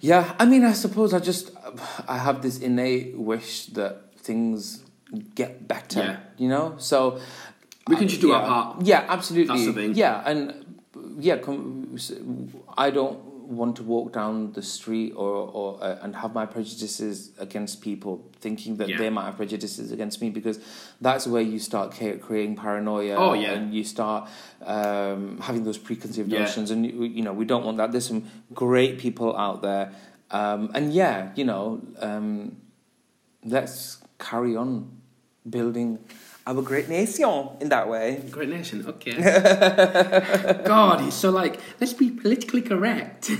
A: Yeah, I mean, I suppose I just I have this innate wish that things get better.
B: Yeah.
A: You know, so
B: We can
A: uh,
B: just do
A: yeah.
B: our part.
A: Yeah, absolutely.
B: That's the thing.
A: Yeah, and yeah, com- I don't want to walk down the street or or uh, and have my prejudices against people, thinking that
B: Yeah.
A: they might have prejudices against me because that's where you start ca- creating paranoia.
B: Oh, yeah.
A: and you start um, having those preconceived
B: Yeah.
A: notions, and you, you know we don't want that. There's some great people out there, um, and yeah, you know, um, let's carry on building our great nation in that way.
B: Great nation, okay. God, it's so like, let's be politically correct.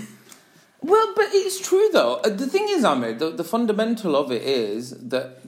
A: Well, but it's true though. Uh, The thing is, Ahmed, the, the fundamental of it is that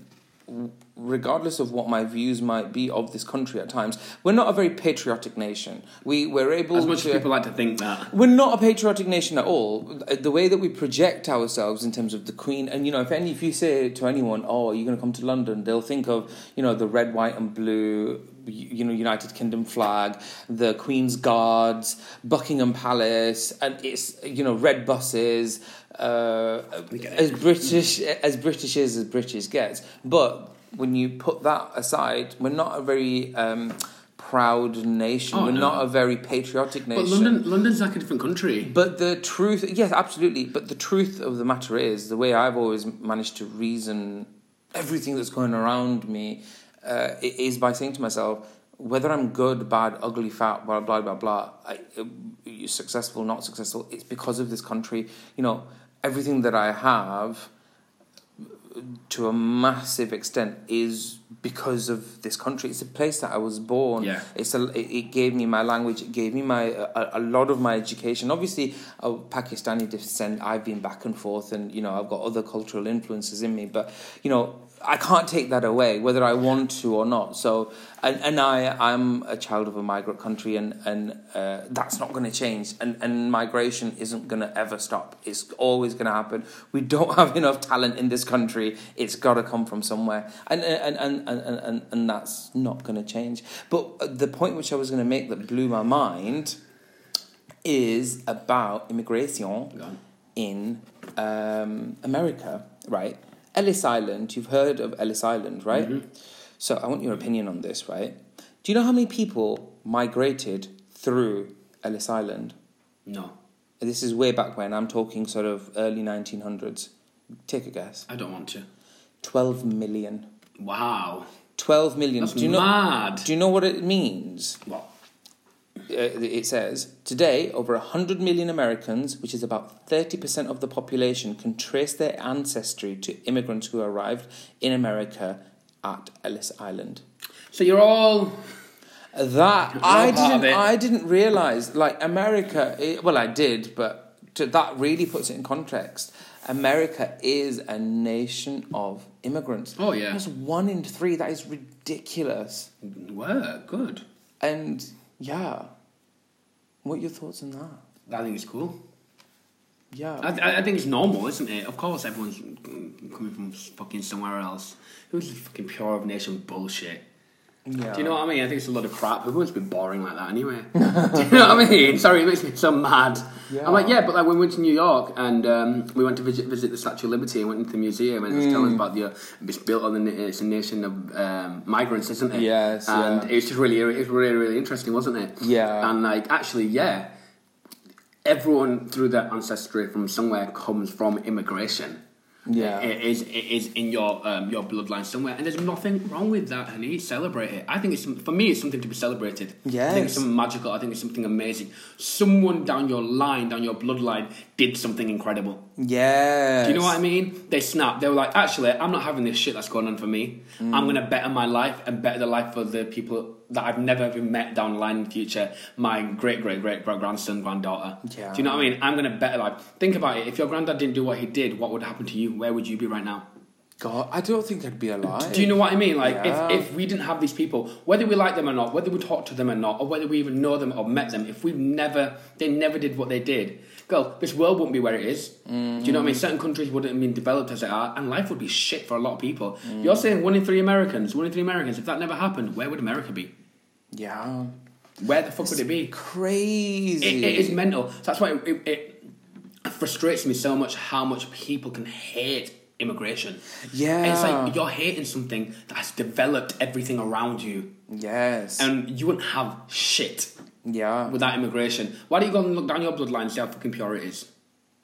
A: w- regardless of what my views might be of this country at times, we're not a very patriotic nation. We, we're able
B: As much
A: to...
B: as people like to think that.
A: We're not a patriotic nation at all. The way that we project ourselves in terms of the Queen, and you know, if any, if you say to anyone, "Oh, are you going to come to London?" they'll think of you know the red, white, and blue, you you know, United Kingdom flag, the Queen's Guards, Buckingham Palace, and it's you know red buses. Uh, as British as British is as British gets, but when you put that aside, we're not a very um, proud nation.
B: Oh,
A: we're
B: no.
A: not a very patriotic nation.
B: But London, London's like a different country.
A: But the truth, yes, absolutely. But the truth of the matter is, the way I've always managed to reason everything that's going around me uh, i- is by saying to myself, whether I'm good, bad, ugly, fat, blah, blah, blah, blah, I, uh, successful, not successful, it's because of this country. You know, everything that I have to a massive extent is because of this country. It's a place that I was born.
B: Yeah.
A: It's a, it it gave me my language. It gave me my a, a lot of my education. Obviously, a Pakistani descent. I've been back and forth, and you know, I've got other cultural influences in me. But you know, I can't take that away, whether I want to or not. So, and, and I I'm a child of a migrant country, and and uh, that's not going to change. And and migration isn't going to ever stop. It's always going to happen. We don't have enough talent in this country. It's got to come from somewhere, and and and and and, and, and that's not going to change. But uh, the point which I was going to make that blew my mind is about immigration
B: Go on.
A: in um, America, right? Ellis Island, you've heard of Ellis Island, right? So I want your opinion on this, right? Do you know how many people migrated through Ellis Island?
B: No,
A: This is way back when, I'm talking sort of early 1900s. Take a guess.
B: I don't want to.
A: 12 million.
B: Wow.
A: 12 million.
B: That's
A: do you know,
B: mad.
A: Do you know what it means?
B: What?
A: uh, it says today over 100 million americans which is about 30% of the population can trace their ancestry to immigrants who arrived in america at ellis island
B: So you're all.
A: that i
B: part of
A: didn't
B: it.
A: i didn't realize like america i well i did but to, that really puts it in context america is a nation of immigrants
B: Oh, yeah.
A: that's one in three that is ridiculous
B: Were good.
A: and yeah what are your thoughts on that
B: I think it's cool.
A: yeah
B: I, I- I think it's normal, isn't it? Of course, everyone's mm, coming from fucking somewhere else. Who's the fucking pure of nation bullshit?
A: yeah.
B: Do you know what I mean? I think it's a lot of crap. Everyone's been boring like that anyway. Do you know what I mean? Sorry, it makes me so mad.
A: Yeah.
B: I'm like, yeah, but like when we went to New York and um, we went to visit, visit the Statue of Liberty and went into the museum and it was telling
A: Mm.
B: us about the uh, it's built on the na- it's a nation of um, migrants, isn't it?
A: Yes,
B: And
A: yeah.
B: it was just really it was really really interesting, wasn't it?
A: Yeah.
B: And like actually, yeah, everyone through their ancestry from somewhere comes from immigration.
A: Yeah.
B: It is it is in your um, your bloodline somewhere, and there's nothing wrong with that, honey. Celebrate it. I think it's some- for me, it's something to be celebrated. I think
A: Yes.
B: it's something magical. I think it's something amazing. Someone down your line, down your bloodline, did something incredible.
A: Yes.
B: Do you know what I mean? They snapped. They were like, actually, I'm not having this shit that's going on for me.
A: Mm.
B: I'm going to better my life and better the life for the people that I've never even met down the line in the future. My great, great, great great grandson, granddaughter.
A: Yeah.
B: Do you know what I mean? I'm going to better life. Think about it. If your granddad didn't do what he did, what would happen to you? Where would you be right now?
A: God, I don't think I'd be alive.
B: Do you know what I mean? Like,
A: Yeah.
B: if, if we didn't have these people, whether we like them or not, whether we talk to them or not, or whether we even know them or met them, if we've never, they never did what they did, girl, this world wouldn't be where it is. Do you know what I mean? Certain countries wouldn't have been developed as they are, and life would be shit for a lot of people.
A: Mm.
B: You're saying one in three Americans, one in three Americans, if that never happened, where would America be?
A: Yeah.
B: Where the fuck would it be? It,
A: Crazy.
B: it is mental. So that's why it, it, it frustrates me so much how much people can hate immigration.
A: Yeah.
B: And it's like you're hating something that has developed everything around you,
A: yes.
B: and you wouldn't have shit
A: yeah.
B: without immigration. Why don't you go and look down your bloodline and see how fucking pure it is?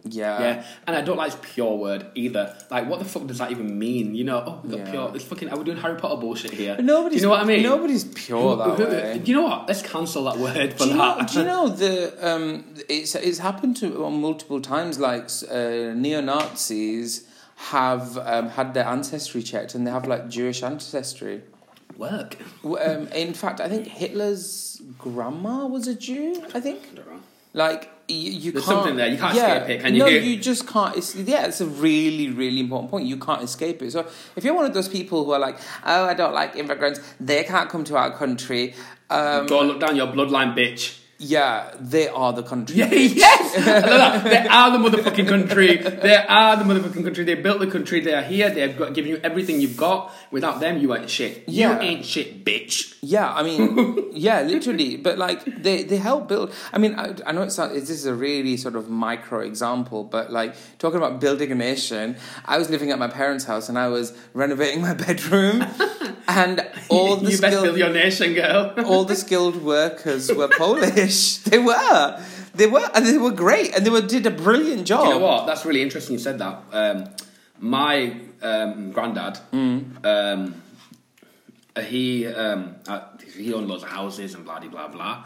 A: yeah.
B: Yeah, and I don't like this pure word either. Like, what the fuck does that even mean? You know, oh, we got
A: Yeah.
B: pure. It's fucking. Are we doing Harry Potter bullshit here?
A: But Nobody's.
B: Do you know what I mean?
A: Nobody's pure that
B: Who- who-
A: way.
B: You know what? Let's cancel that word for
A: Do you, know,
B: that.
A: do you know the um, it's it's happened to on multiple times like uh, neo Nazis have um, had their ancestry checked and they have like Jewish ancestry.
B: Work.
A: W- Um, in fact, I think Hitler's grandma was a Jew. I think.
B: I don't know.
A: Like you, you
B: There's
A: can't,
B: something there. You can't escape it, can
A: No,
B: you?
A: you just can't. It's, yeah, it's a really, really important point. You can't escape it. So if you're one of those people who are like, "Oh, I don't like immigrants. They can't come to our country." Um,
B: Go and look down your bloodline, bitch.
A: yeah, they are the country.
B: Yeah, yes! I love that. They are the motherfucking country. They are the motherfucking country. They built the country. They are here. They've got given you everything you've got. Without them, you ain't shit.
A: Yeah.
B: You ain't shit, bitch.
A: Yeah, I mean, yeah, literally. But like, they they help build. I mean, I, I know it's not. This is a really sort of micro example, but like talking about building a nation. I was living at my parents' house and I was renovating my bedroom, and all the Oh.
B: you best
A: skilled-
B: build your nation, girl.
A: all the skilled workers were Polish. They were. They were and they were great and they were did a brilliant job.
B: You know what? That's really interesting. You said that. Um, my um, granddad,
A: Mm.
B: um, he um, uh, he owned loads of houses and blah de blah blah.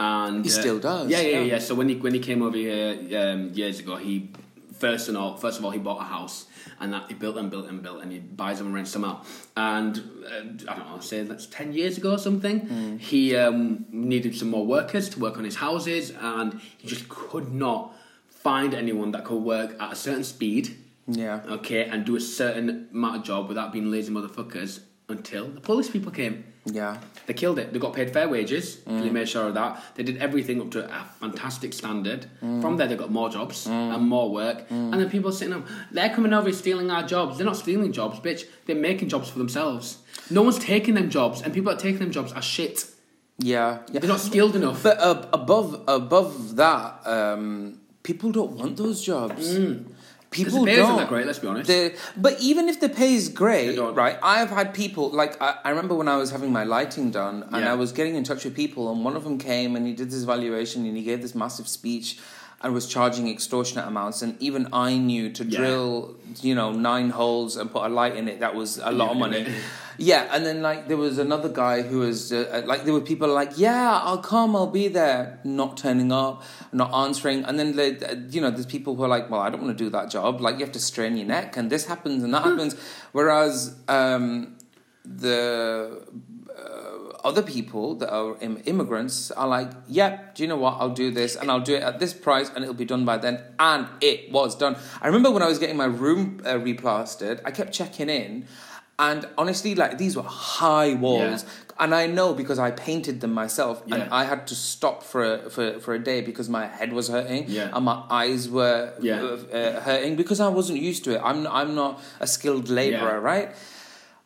B: And
A: He
B: uh,
A: still does,
B: Yeah, yeah,
A: yeah.
B: yeah. So when he when he came over here um, years ago, he First and all, first of all, he bought a house, and that he built and built and built, and he buys them and rents them out. And uh, I don't know, say that's ten years ago or something.
A: Mm.
B: He um, needed some more workers to work on his houses, and he just could not find anyone that could work at a certain speed.
A: Yeah.
B: Okay, and do a certain amount of job without being lazy motherfuckers until the police people came.
A: Yeah.
B: They killed it. They got paid fair wages. They
A: Mm.
B: made sure of that. They did everything up to a fantastic standard.
A: Mm.
B: From there, they got more jobs and more work. And then people are sitting up, they're coming over and stealing our jobs. They're not stealing jobs, bitch. They're making jobs for themselves. No one's taking them jobs, and people that are taking them jobs are shit.
A: Yeah. yeah.
B: They're not skilled enough.
A: But uh, above above that, um, people don't want those jobs.
B: Mm.
A: People
B: Because the pay
A: don't.
B: isn't that great, let's be honest.
A: They- but even if the pay is great,
B: don't.
A: right? I've had people like I, I remember when I was having my lighting done, and
B: Yeah.
A: I was getting in touch with people, and one of them came and he did this evaluation and he gave this massive speech. And was charging extortionate amounts, and even I knew to
B: Yeah.
A: drill, you know, nine holes and put a light in it. That was a lot of
B: Yeah,
A: money.
B: yeah.
A: Yeah, and then like there was another guy who was uh, like there were people like yeah I'll come I'll be there not turning up not answering and then like, uh, you know there's people who are like well I don't want to do that job like you have to strain your neck and this happens and that happens whereas um, the uh, other people that are Im- immigrants are like yep do you know what I'll do this and I'll do it at this price and it'll be done by then and it was done I remember when I was getting my room uh, replastered I kept checking in. And honestly, like these were high walls, and I know because I painted them myself, and
B: Yeah.
A: I had to stop for a, for for a day because my head was hurting
B: Yeah.
A: and my eyes were
B: Yeah.
A: uh, hurting because I wasn't used to it. I'm I'm not a skilled laborer,
B: Yeah.
A: right?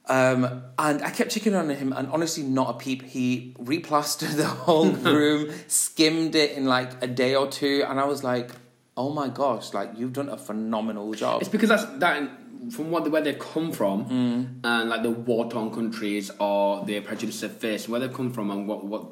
A: Um, and I kept checking on him, and honestly, not a peep. He replastered the whole room, skimmed it in like a day or two, and I was like, "Oh my gosh! Like you've done a phenomenal job."
B: It's because that's that from what where they've come from,
A: Mm.
B: and like the war-torn countries or the prejudice they face, where they've come from, and what what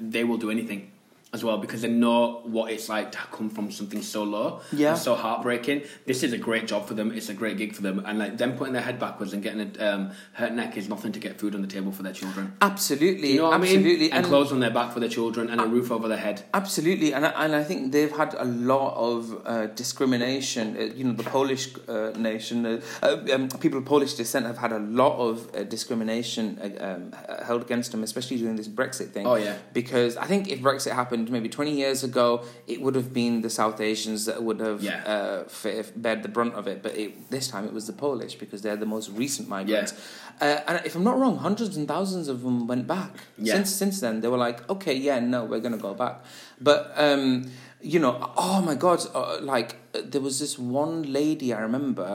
B: they will do anything as well because they know what it's like to come from something so low,
A: Yeah.
B: and so heartbreaking. This is a great job for them. It's a great gig for them, and like them putting their head backwards and getting a um, hurt neck is nothing to get food on the table for their children.
A: absolutely,
B: You know what
A: absolutely,
B: I mean? And, clothes on their back for their children and a roof over their head.
A: Absolutely, and I, and I think they've had a lot of uh, discrimination. Uh, you know, the Polish uh, nation, uh, uh, um, people of Polish descent have had a lot of uh, discrimination uh, um, h- held against them, especially during this Brexit thing.
B: Oh, yeah.
A: because I think if Brexit happened maybe twenty years ago, it would have been the South Asians that would have
B: Yeah.
A: uh, f- bared the brunt of it. But it, this time it was the Polish because they're the most recent migrants. Uh, and if I'm not wrong, hundreds and thousands of them went back
B: Yeah.
A: since since then they were like okay yeah no we're gonna go back but um you know oh my god uh, like uh, there was this one lady i remember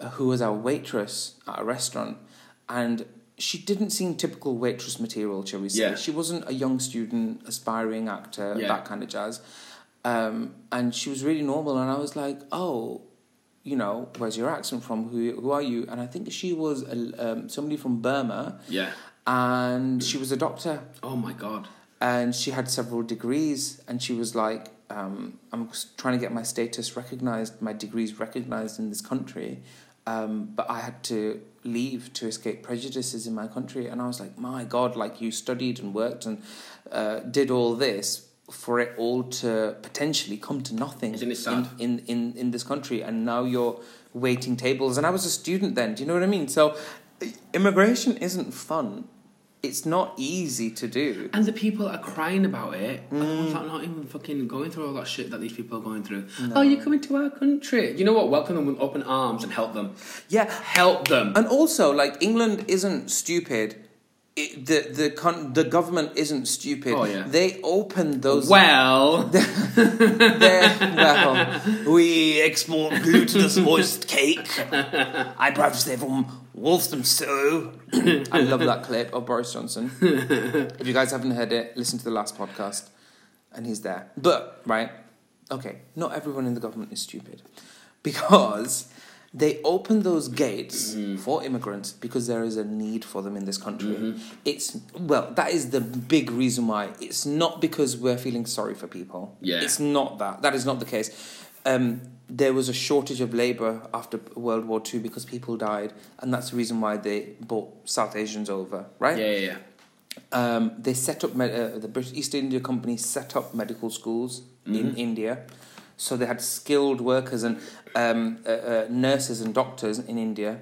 A: uh, who was our waitress at a restaurant and she didn't seem typical waitress material shall we say
B: Yeah.
A: she wasn't a young student aspiring actor
B: Yeah.
A: that kind of jazz um and she was really normal and i was like oh you know where's your accent from who who are you and i think she was a, um, somebody from burma
B: Yeah.
A: and she was a doctor
B: Oh my god.
A: and she had several degrees and she was like um, i'm s- trying to get my status recognized my degrees recognized in this country um, but i had to leave to escape prejudices in my country and i was like my god like you studied and worked and uh, did all this for it all to potentially come to nothing
B: Isn't it
A: in,
B: sad?
A: in, in, in this country and now you're waiting tables and i was a student then do you know what i mean so immigration isn't fun it's not easy to do
B: And the people are crying about it.
A: Mm.
B: I'm not, not even fucking going through all that shit that these people are going through. Oh, you're coming to our country. You know what? Welcome them with open arms and help them.
A: Yeah,
B: Help them.
A: and also like England isn't stupid. It, the the con- the government isn't stupid.
B: Oh, yeah.
A: They opened those.
B: well,
A: their- well, we export glutinous moist cake. I perhaps they from Walthamstow. I love that clip of Boris Johnson. if you guys haven't heard it, listen to the last podcast, and he's there. But right, okay, not everyone in the government is stupid, because they open those gates for immigrants because there is a need for them in this country. It's well, that is the big reason why. It's not because we're feeling sorry for people.
B: Yeah.
A: it's not that. That is not the case. Um, there was a shortage of labor after World War II because people died, and that's the reason why they brought South Asians over, right?
B: yeah, yeah, yeah.
A: um, they set up med- uh, the British East India Company set up medical schools in India, So they had skilled workers and um, uh, uh, nurses and doctors in India,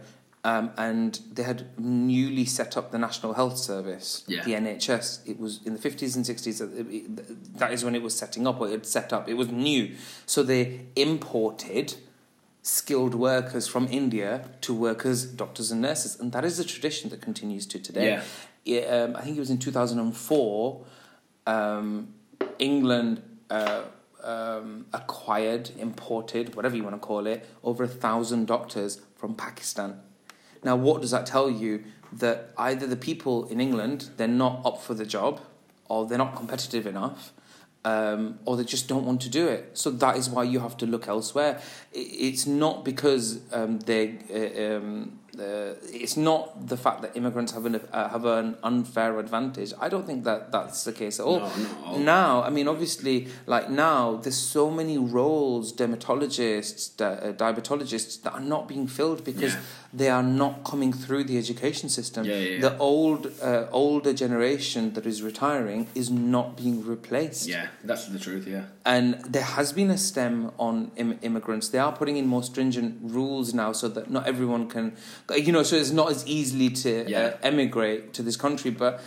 A: um, and they had newly set up the National Health Service,
B: Yeah.
A: the NHS. It was in the fifties and sixties. That is when it was setting up, or it had set up. It was new, so they imported skilled workers from India to work as doctors and nurses, and that is a tradition that continues to today.
B: Yeah.
A: Yeah, um, I think it was in 2004, um, England uh, um, acquired, imported, whatever you want to call it, over a thousand doctors from Pakistan. Now, what does that tell you? That either the people in England they're not up for the job, or they're not competitive enough, um, or they just don't want to do it. So that is why you have to look elsewhere. I- It's not because um, they. Uh, um, uh, it's not the fact that immigrants have an uh, have an unfair advantage. I don't think that that's the case at all.
B: No, not at all.
A: Now, I mean, obviously, like now, there's so many roles, dermatologists, di- uh, diabetologists, that are not being filled because
B: Yeah.
A: they are not coming through the education system.
B: Yeah, yeah, yeah.
A: The old, uh, older generation that is retiring is not being replaced.
B: Yeah, that's the truth. Yeah.
A: And there has been a stem on Im- immigrants. They are putting in more stringent rules now so that not everyone can, you know, so it's not as easily to
B: Yeah.
A: uh, emigrate to this country. But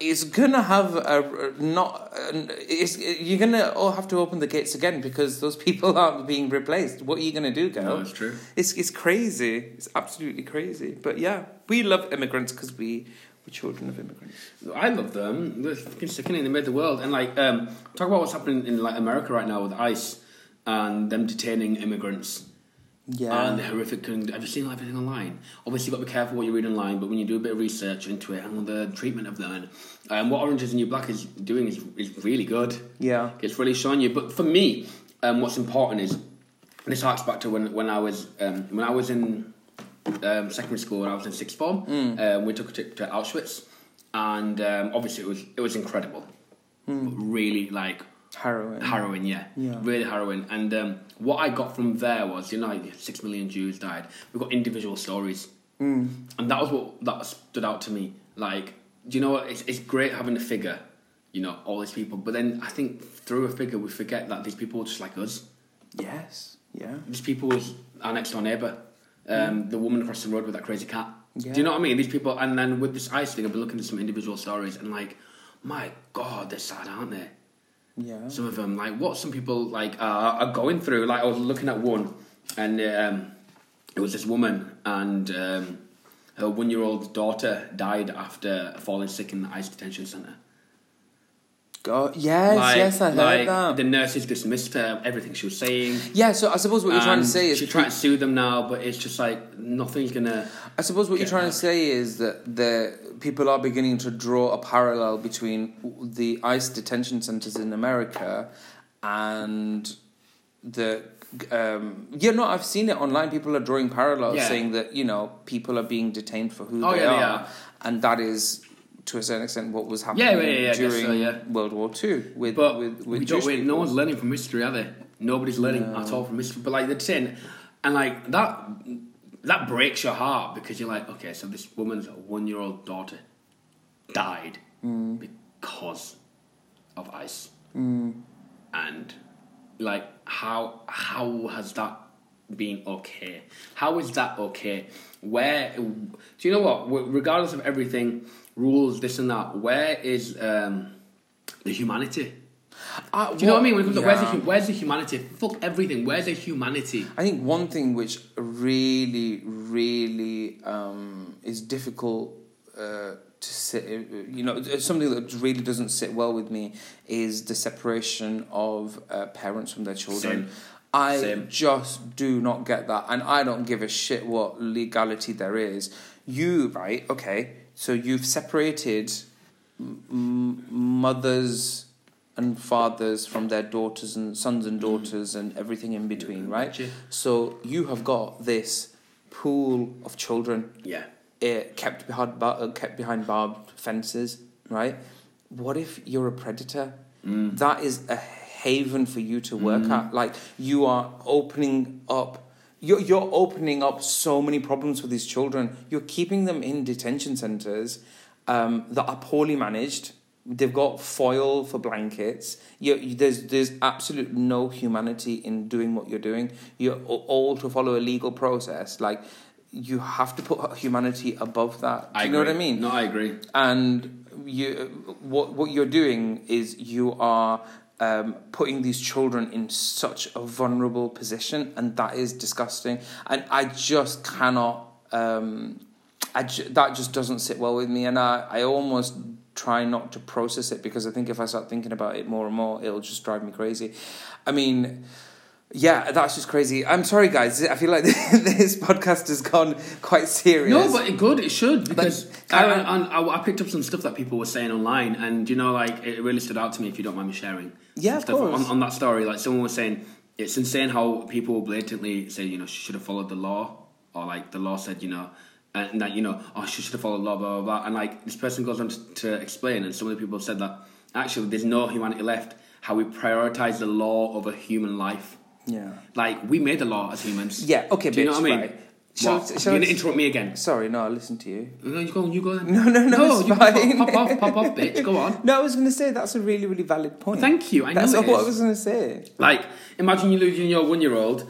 A: it's gonna have a not. It's, you're gonna all have to open the gates again because those people aren't being replaced. What are you gonna do,
B: No,
A: girl?
B: it's true.
A: It's it's crazy. It's absolutely crazy. But yeah, we love immigrants because we we're children of immigrants.
B: I love them. They're fucking sickening. They made the world. And like, um, talk about what's happening in like America right now with ICE and them detaining immigrants.
A: Yeah.
B: And the horrific. con- Have you seen everything online? Obviously, you've got to be careful what you read online, but when you do a bit of research into it and the treatment of them, and um, what Orange is the New Black is doing is, is really good.
A: Yeah.
B: It's really showing you. But for me, um, what's important is, and this harks back to when, when I was um, when I was in um, secondary school, when I was in sixth form, um, we took a trip to Auschwitz, and um, obviously it was it was incredible, really like
A: Harrowing.
B: harrowing, yeah.
A: Yeah.
B: Really harrowing. And um, what I got from there was, you know, like six million Jews died. We got individual stories. Mm. And that was what that stood out to me. Like, do you know what? It's, it's great having a figure, you know, all these people. But then I think through a figure, we forget that these people are just like us.
A: yes. Yeah.
B: These people was our next door neighbour. Um, The woman across the road with that crazy cat.
A: Yeah.
B: Do you know what I mean? These people, and then with this ice thing, I've been looking at some individual stories and like, my God, they're sad, aren't they?
A: Yeah.
B: some of them like what some people like are, are going through like i was looking at one and um, it was this woman and um, her one-year-old daughter died after falling sick in the ice detention center
A: God, yes, yes, I heard
B: like,
A: that.
B: the nurses dismissed her everything she was saying
A: yeah, so I suppose what you're trying to
B: and
A: say is,
B: she's trying to sue them now but it's just like nothing's gonna
A: I suppose what you're
B: Yeah.
A: trying to say is that the people are beginning to draw a parallel between the ICE detention centers in America and the. Um, yeah, no, I've seen it online. People are drawing parallels,
B: Yeah.
A: saying that you know people are being detained for who
B: Oh,
A: they,
B: yeah,
A: are,
B: they are.
A: and that is to a certain extent what was happening
B: yeah, yeah, I guess
A: during
B: so, yeah.
A: World War Two with
B: But
A: with with
B: we don't,
A: Jewish
B: we, no
A: people.
B: one's learning from history, are they? Nobody's learning at all from history. But like they're saying, and like that, that breaks your heart because you're like, okay, so this woman's one-year-old daughter died
A: Mm.
B: because of ice, and like how how has that been okay? How is that okay? Where do you know what? W- Regardless of everything, rules, this and that, where is um, the humanity?
A: Ah,
B: Do you know what I mean? When it comes to where's the,
A: yeah.
B: hu- where's the humanity? Fuck everything. Where's the humanity?
A: I think one thing which really, really um, is difficult uh, to sit, you know, it's something that really doesn't sit well with me is the separation of uh, parents from their children.
B: Same.
A: I
B: Same.
A: just do not get that, and I don't give a shit what legality there is. You right? Okay, so you've separated m- m- mothers and fathers from their daughters and sons
B: Mm.
A: and daughters and everything in between, right?
B: Gotcha.
A: So you have got this pool of children
B: Yeah.
A: uh, kept behind bar- uh, kept behind barbed fences, right? What if you're a predator? That is a haven for you to work at. Like you are opening up. You're, you're opening up so many problems for these children. You're keeping them in detention centers um, that are poorly managed They've got foil for blankets. You, you- there's there's absolute no humanity in doing what you're doing. You're a- all to follow a legal process. Like you have to put humanity above that. Do you
B: I
A: know what I
B: agree.
A: mean?
B: No, I agree.
A: and you what what you're doing is you are um, putting these children in such a vulnerable position, and that is disgusting. And I just cannot. Um, I ju- that just doesn't sit well with me, and I, I almost try not to process it because I think if I start thinking about it more and more, it'll just drive me crazy. I mean, yeah, that's just crazy. I'm sorry, guys. I feel like this podcast has gone quite serious.
B: No, but it good. It should because I,
A: I-
B: and I, I picked up some stuff that people were saying online, and you know, like it really stood out to me. If you don't mind me sharing,
A: Yeah,
B: some
A: of
B: stuff
A: course.
B: On, on that story, like someone was saying, it's insane how people will blatantly say, you know, she should have followed the law, or like the law said, you know, and that you know, oh, she should have followed law, blah blah blah. And like this person goes on to, to explain, and some of the people have said that actually, there's no humanity left. How we prioritize the law over human life.
A: yeah.
B: Like we made the law as humans.
A: Yeah, okay,
B: Do you know
A: bitch,
B: what I mean?
A: right. Shall-
B: what?
A: shall-
B: You're gonna interrupt me again.
A: Sorry, no, I listened to you.
B: No, you go on, you go on.
A: No, no, no, it's
B: you
A: fine.
B: Pop, pop off, pop off, bitch, go on.
A: No, I was going to say that's a really, really valid point.
B: Thank you, I know
A: That's
B: it
A: all I
B: is.
A: was going to say.
B: Like, imagine you losing your one year old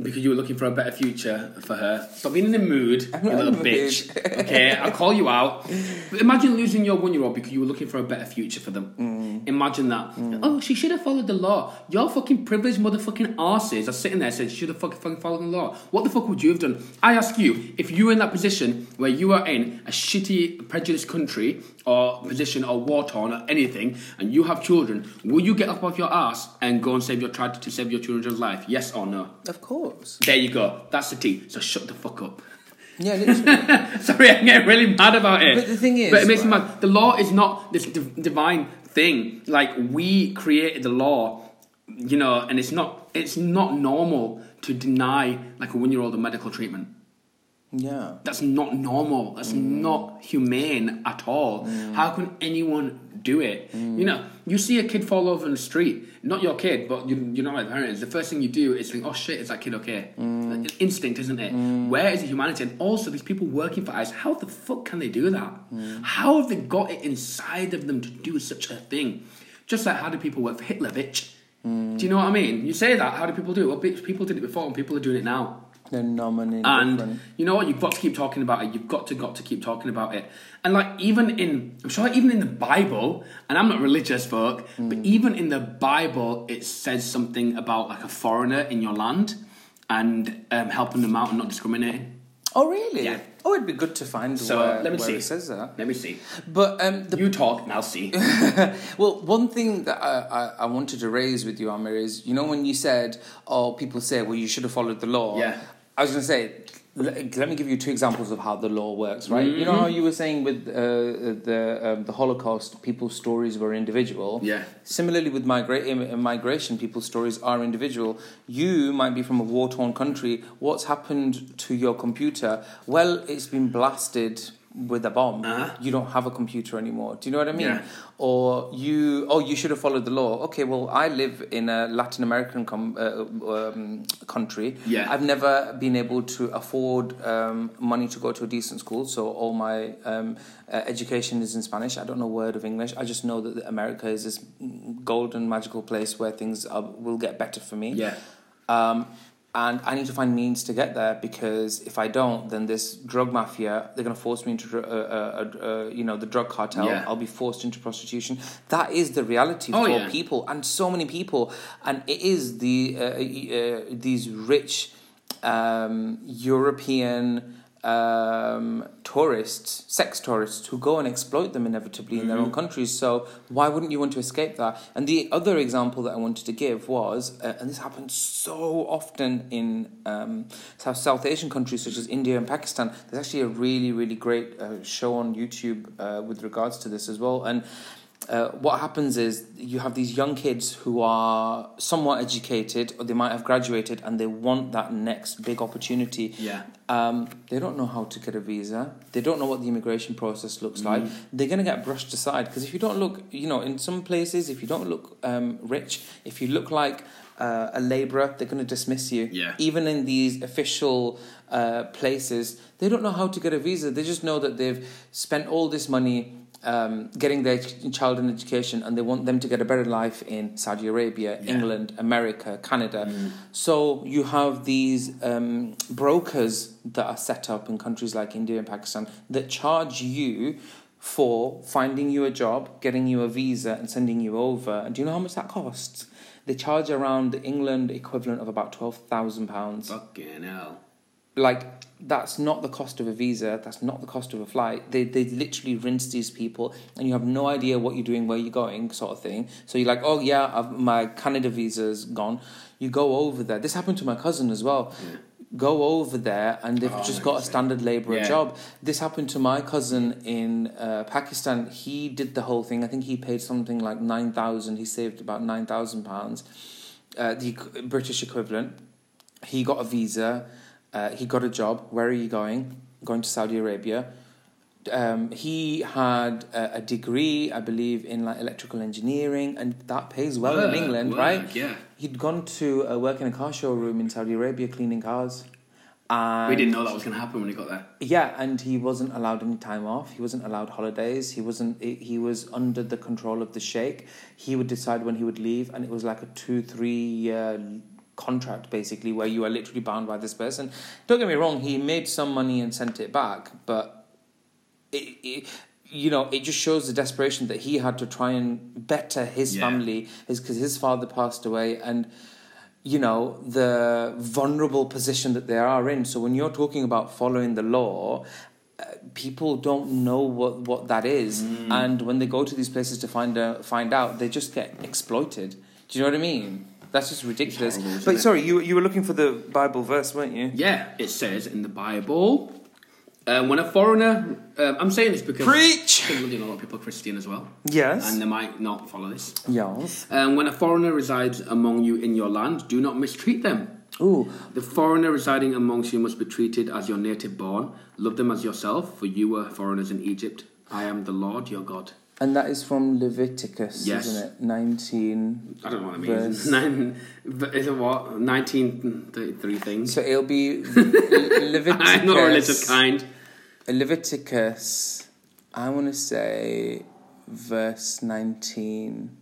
B: because you were looking for a better future for her. Stop being in the mood, you
A: not
B: little
A: in the
B: bitch. okay, I'll call you out. But imagine losing your one year old because you were looking for a better future for them. Imagine that. Oh, she should have followed the law. Your fucking privileged motherfucking arses are sitting there saying she should have fucking, fucking followed the law. What the fuck would you have done? I ask you, if you were in that position where you are in a shitty, prejudiced country or position or war torn or anything, and you have children, will you get up off your ass and go and save your try to save your children's life? Yes or no?
A: Of course.
B: There you go. That's the tea. So shut the fuck up.
A: Yeah, literally.
B: Sorry, I get really mad about it.
A: But the thing is,
B: but it makes me
A: right?
B: mad. The law is not this div- divine thing. Like we created the law, you know, and it's not it's not normal to deny like a one year old a medical treatment.
A: yeah.
B: That's not normal. That's not humane at all. How can anyone do it? You know, you see a kid fall over in the street, not your kid, but you, you know, my parents. The first thing you do is think, oh shit, is that kid okay? Like, Instinct, isn't it? Where is the humanity? And also, these people working for ICE, how the fuck can they do that? How have they got it inside of them to do such a thing? Just like how do people work for Hitler, bitch? Do you know what I mean? You say that, how do people do it? Well, bitch, people did it before and people are doing it now.
A: They're numb and
B: And
A: indifferent.
B: you know what? You've got to keep talking about it. You've got to got to keep talking about it. And like even in, I'm sure even in the Bible, and I'm not religious, folk, but even in the Bible, it says something about like a foreigner in your land and um, helping them out and not discriminating.
A: Oh, really?
B: Yeah.
A: Oh, it'd be good to find
B: So
A: where,
B: let
A: where
B: me see.
A: it says that.
B: Let me see.
A: But um, the
B: You talk, and I'll see.
A: well, one thing that I, I, I wanted to raise with you, Amir, is you know when you said, "Oh, people say, well, you should have followed the law."
B: Yeah.
A: I was going to say, let, let me give you two examples of how the law works, right? You know
B: Mm-hmm.
A: how you were saying with uh, the um, the Holocaust, people's stories were individual.
B: Yeah.
A: Similarly, with migra- im- uh, migration, people's stories are individual. You might be from a war torn country. What's happened to your computer? Well, it's been blasted with a bomb.
B: Uh-huh.
A: You don't have a computer anymore. Do you know what I mean?
B: Yeah.
A: or you oh you should have followed the law okay well i live in a latin american com- uh, um, country
B: Yeah.
A: i've never been able to afford um, money to go to a decent school so all my um, uh, education is in spanish i don't know a word of english i just know that america is this golden magical place where things are, will get better for me
B: Yeah.
A: um, and I need to find means to get there because if I don't, then this drug mafia they're going to force me into dr- uh, uh, uh, you know the drug cartel.
B: Yeah.
A: I'll be forced into prostitution. That is the reality
B: Oh,
A: for
B: yeah.
A: people and so many people, and it is the uh, uh, these rich um, European um tourists sex tourists who go and exploit them inevitably in their own
B: Mm-hmm.
A: countries so why wouldn't you want to escape that and the other example that i wanted to give was uh, and this happens so often in um, south south asian countries such as india and pakistan there's actually a really really great uh, show on youtube uh, with regards to this as well and uh, what happens is you have these young kids who are somewhat educated or they might have graduated and they want that next big opportunity
B: Yeah.
A: um, they don't know how to get a visa. They don't know what the immigration process looks like. They're going to get brushed aside because if you don't look, you know, in some places, if you don't look um, rich, if you look like uh, a labourer, they're going to dismiss you.
B: Yeah.
A: Even in these official uh, places, they don't know how to get a visa. They just know that they've spent all this money um, getting their ch- child an education and they want them to get a better life in Saudi Arabia,
B: Yeah. Mm-hmm.
A: England, America, Canada. So you have these um, brokers that are set up in countries like India and Pakistan that charge you for finding you a job, getting you a visa, and sending you over. And do you know how much that costs? They charge around the England equivalent of about twelve thousand pounds
B: Fucking hell.
A: like that's not the cost of a visa that's not the cost of a flight they, they literally rinse these people and you have no idea what you're doing where you're going sort of thing so you're like oh yeah I've, my canada visa's gone you go over there this happened to my cousin as well go over there and they've
B: Oh,
A: just
B: like
A: got
B: you
A: a
B: said.
A: standard labourer
B: Yeah.
A: job this happened to my cousin in uh, pakistan he did the whole thing i think he paid something like 9000 he saved about 9000 pounds uh, the equ- british equivalent he got a visa, uh, he got a job. Where are you going? Going to Saudi Arabia. Um, he had a, a degree, I believe, in like electrical engineering, and that pays well
B: Work,
A: in England,
B: Ah, work,
A: right?
B: yeah.
A: He'd gone to uh, work in a car showroom in Saudi Arabia cleaning cars. And
B: we didn't know that was going to happen when we got there.
A: yeah, and he wasn't allowed any time off. He wasn't allowed holidays. He wasn't. he- He was under the control of the sheikh. He would decide when he would leave, and it was like a two, three year contract basically, where you are literally bound by this person. Don't get me wrong. He made some money and sent it back, but it, it, you know, it just shows the desperation that he had to try and better his
B: Yeah.
A: family, is because his father passed away, and you know the vulnerable position that they are in. So when you're talking about following the law. uh, People don't know what, what that is,
B: Mm.
A: and when they go to these places to find out, find out, they just get exploited. Do you know what I mean? That's just ridiculous.
B: horrible, isn't
A: but
B: it?
A: sorry, you you were looking for the Bible verse, weren't you?
B: Yeah, it says in the Bible, um, when a foreigner, um, I'm saying this because
A: Preach!
B: I think a lot of people are Christian as well,
A: Yes.
B: and they might not follow this.
A: yes.
B: Um, when a foreigner resides among you in your land, do not mistreat them.
A: Ooh,
B: The foreigner residing amongst you must be treated as your native born. Love them as yourself, for you were foreigners in Egypt. I am the Lord your God.
A: And that is from Leviticus,
B: Yes.
A: isn't it? 19.
B: I don't know what I
A: Verse.
B: mean. Nine, is it what? 1933 things.
A: So it'll be Leviticus.
B: I'm not a religious kind.
A: Leviticus, I want to say verse 19,
B: Was it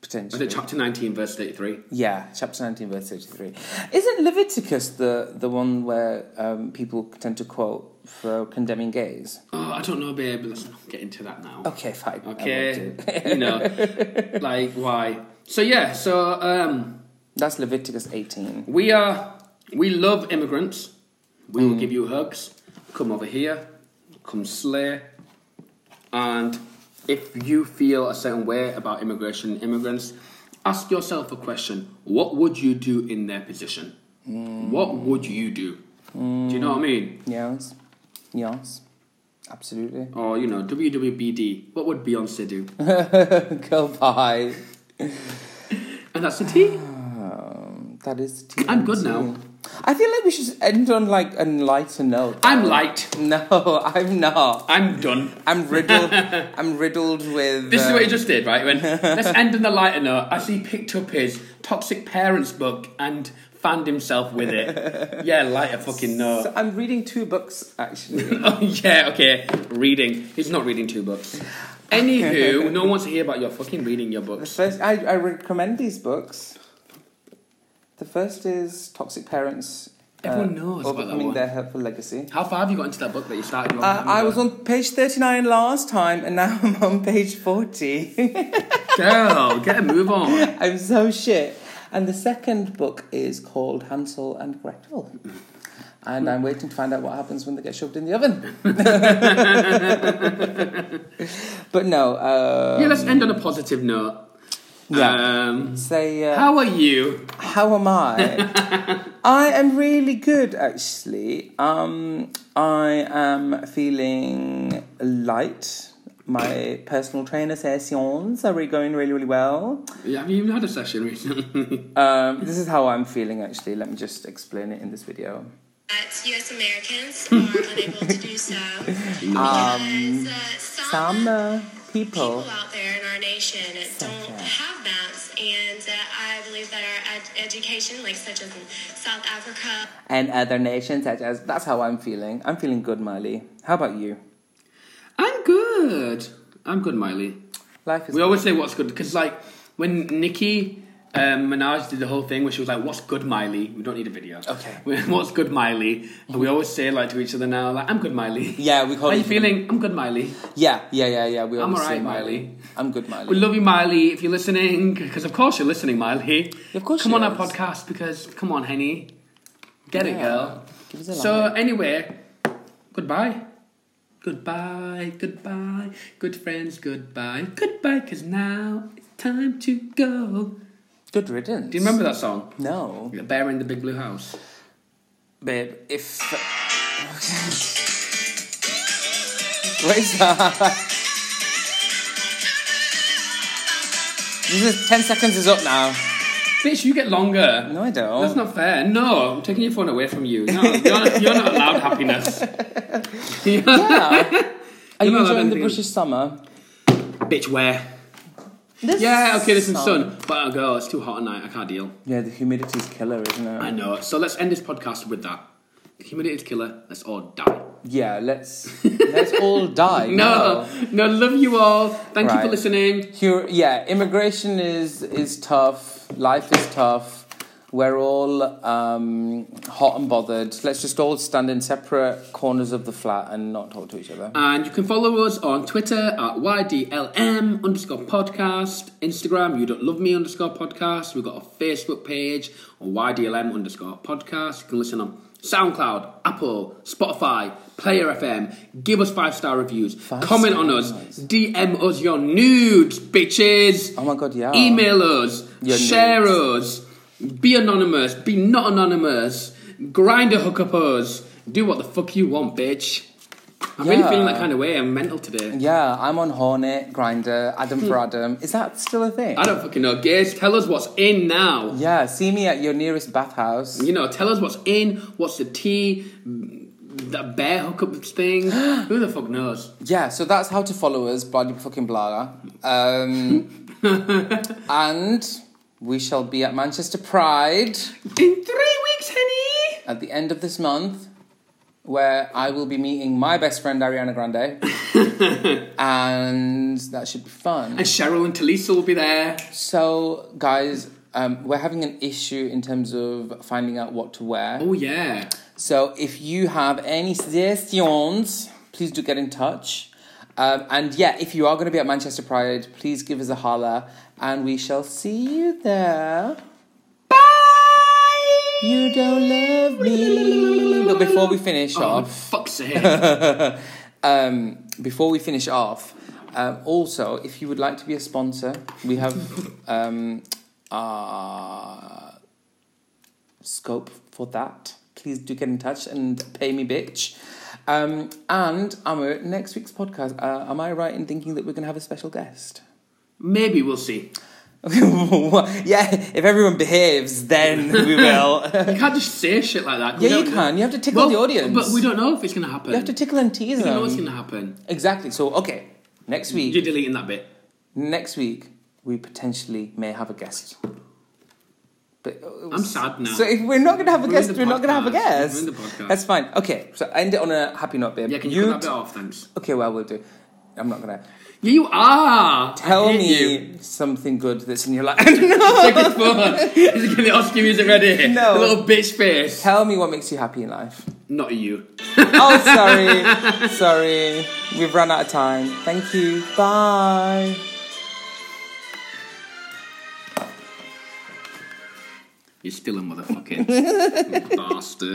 A: potentially.
B: chapter 19, verse 33?
A: yeah, chapter 19, verse 33. Isn't Leviticus the, the one where um, people tend to quote for condemning gays?
B: Oh, I don't know, babe. Let's not get into that now.
A: Okay, fine. I won't
B: Okay,
A: do it.
B: you know, like why? So yeah, so um,
A: That's Leviticus 18.
B: we are we love immigrants. We
A: Mm.
B: will give you hugs. Come over here. Come slay. And if you feel a certain way about immigration, immigrants, ask yourself a question: What would you do in their position?
A: Mm.
B: What would you do? Do you know what I mean?
A: Yes. Yes. Absolutely.
B: Or you know, WWBD. What would Beyonce do?
A: Goodbye.
B: And that's the tea.
A: Um, that is TNT.
B: I'm good now.
A: I feel like we should end on like a lighter note.
B: I'm liked.
A: No, I'm not.
B: I'm done.
A: I'm riddled. I'm riddled with.
B: This is
A: uh,
B: what he just did, right? When let's end on the lighter note, as he picked up his toxic parents book and fanned himself with it. Yeah, lighter fucking note.
A: so I'm reading two books actually.
B: Oh, yeah, okay. Reading. He's not reading two books. Anywho, no one wants to hear about your fucking reading your
A: The
B: books.
A: first, I, I recommend these books. The first is Toxic Parents.
B: Everyone knows about that
A: Overcoming
B: one.
A: Their Hurtful Legacy.
B: How far have you got into that book that you started? long
A: Uh,
B: time
A: I
B: ago?
A: was on page 39 last time, and now I'm on page 40.
B: Girl, get a move on.
A: I'm so shit. And the second book is called Hansel and Gretel. And I'm waiting to find out what happens when they get shoved in the oven. but no, uh,
B: Yeah, let's end on a positive note.
A: Yeah.
B: Um,
A: say, uh,
B: how are you?
A: how am I? I am really good, actually. Um, I am feeling light. My personal trainer sessions are really going really, really well.
B: Yeah, have you even had a session recently?
A: Um, this is how I'm feeling, actually. Let me just explain it in this video.
C: that U.S. Americans are unable to do so because uh, some
A: Um, some uh,
C: people
A: people
C: out there in our nation don't have maps, and uh, I believe that our ed- education, like such as in South Africa,
A: and other nations such as that's how i'm feeling i'm feeling good miley how about you
B: I'm good. I'm good, Miley.
A: Life is.
B: We always say what's good because, like, when Nicki um, Minaj did the whole thing where she was like, "What's good, Miley?" We don't need a video.
A: Okay.
B: what's good, Miley? And we always say like to each other now, like, "I'm good, Miley."
A: Yeah, we call
B: How are you
A: it-
B: feeling? I'm good, Miley.
A: yeah, yeah, yeah, yeah. We
B: I'm
A: always say
B: alright, Miley.
A: I'm good, Miley.
B: We love you, Miley. If you're listening, because of course you're listening, Miley.
A: Of course
B: Come
A: she
B: on our
A: is.
B: podcast because come on, Henny. Get it,
A: Yeah.
B: girl.
A: Give us a
B: So
A: like.
B: anyway, goodbye. Goodbye, goodbye, good friends, goodbye, goodbye, because now it's time to go.
A: Good riddance.
B: Do you remember that song?
A: No,
B: The Bear in the Big Blue House.
A: babe. If. what is that? This is ten seconds is up now.
B: Bitch, you get longer.
A: No, I don't.
B: That's not fair. No, I'm taking your phone away from you. No, you're, not, you're not allowed happiness.
A: Yeah. Are
B: No,
A: you
B: no, I don't
A: enjoying the
B: think-
A: British summer?
B: Bitch, where?
A: This
B: Yeah, okay, there's some sun. But, oh, girl, it's too hot at night. I can't deal.
A: Yeah, the humidity's killer, isn't it?
B: I know. So let's end this podcast with that. Humidity is killer. Let's all die.
A: Yeah, let's let's all die.
B: No, no, love you all. Thank you for
A: Right.
B: listening.
A: Hu- yeah, immigration is is tough. Life is tough. We're all um, hot and bothered. Let's just all stand in separate corners of the flat and not talk to each other.
B: And you can follow us on Twitter at YDLM underscore podcast, Instagram, you don't love me underscore podcast. We've got a Facebook page on YDLM underscore podcast. You can listen on SoundCloud, Apple, Spotify, Player FM. Give us five star reviews. Comment on us. DM us your nudes, bitches.
A: Oh my god, yeah.
B: Email us,
A: Your
B: share us, be anonymous, be not anonymous, grind a hookup us, do what the fuck you want, bitch. I'm really
A: Yeah.
B: feeling that kind of way. I'm mental today.
A: Yeah, I'm on Hornet, Grinder, Adam for Adam. Is that still a thing?
B: I don't fucking know. Gays, tell us what's in now.
A: Yeah, see me at your nearest bathhouse.
B: You know, tell us what's in, what's the tea, that bear hookup thing. Who the fuck knows?
A: Yeah, so that's how to follow us, bloody fucking blah. Um, and we shall be at Manchester Pride
B: In three weeks, honey.
A: at the end of this month, where I will be meeting my best friend Ariana Grande, and that should be fun.
B: And Cheryl and Talisa will be there.
A: So, guys, um, we're having an issue in terms of finding out what to wear.
B: Oh yeah.
A: So if you have any suggestions, please do get in touch. Um, and yeah, if you are going to be at Manchester Pride, please give us a holler and we shall see you there.
B: Bye.
A: You don't love me. But before we finish
B: Oh,
A: off,
B: fuck's sake.
A: um, before we finish off, um, also, if you would like to be a sponsor, we have um, our scope for that. Please do get in touch and pay me, bitch. Um, and Amr, next week's podcast, uh, am I right in thinking that we're going to have a special guest?
B: Maybe we'll see.
A: yeah, if everyone behaves, then we will.
B: You can't just say shit like that. 'cause
A: Yeah,
B: we
A: you
B: don't-
A: can. You have to tickle the audience.
B: But we don't know if it's going to happen.
A: you have to tickle and tease
B: we don't know what's
A: them.
B: going to happen.
A: Exactly. So, okay, next week.
B: You're deleting that bit.
A: next week we potentially may have a guest. But
B: I'm sad now.
A: so if we're not going to have a
B: Ruin
A: guest,
B: the
A: we're not going to have a
B: podcast.
A: guest.
B: Ruin the podcast.
A: That's fine. Okay, so end it on a happy note, babe.
B: yeah, can you, cut that bit off, thanks?
A: Okay, well we'll do. I'm not gonna
B: Yeah, you are!
A: tell
B: I hate
A: me
B: You.
A: something good that's in your life. no,
B: Take it forward. Is it getting the Oscar music ready?
A: No.
B: The little bitch face.
A: tell me what makes you happy in life.
B: Not you.
A: Oh, sorry, sorry, we've run out of time. Thank you. Bye.
B: You're still a motherfucking bastard.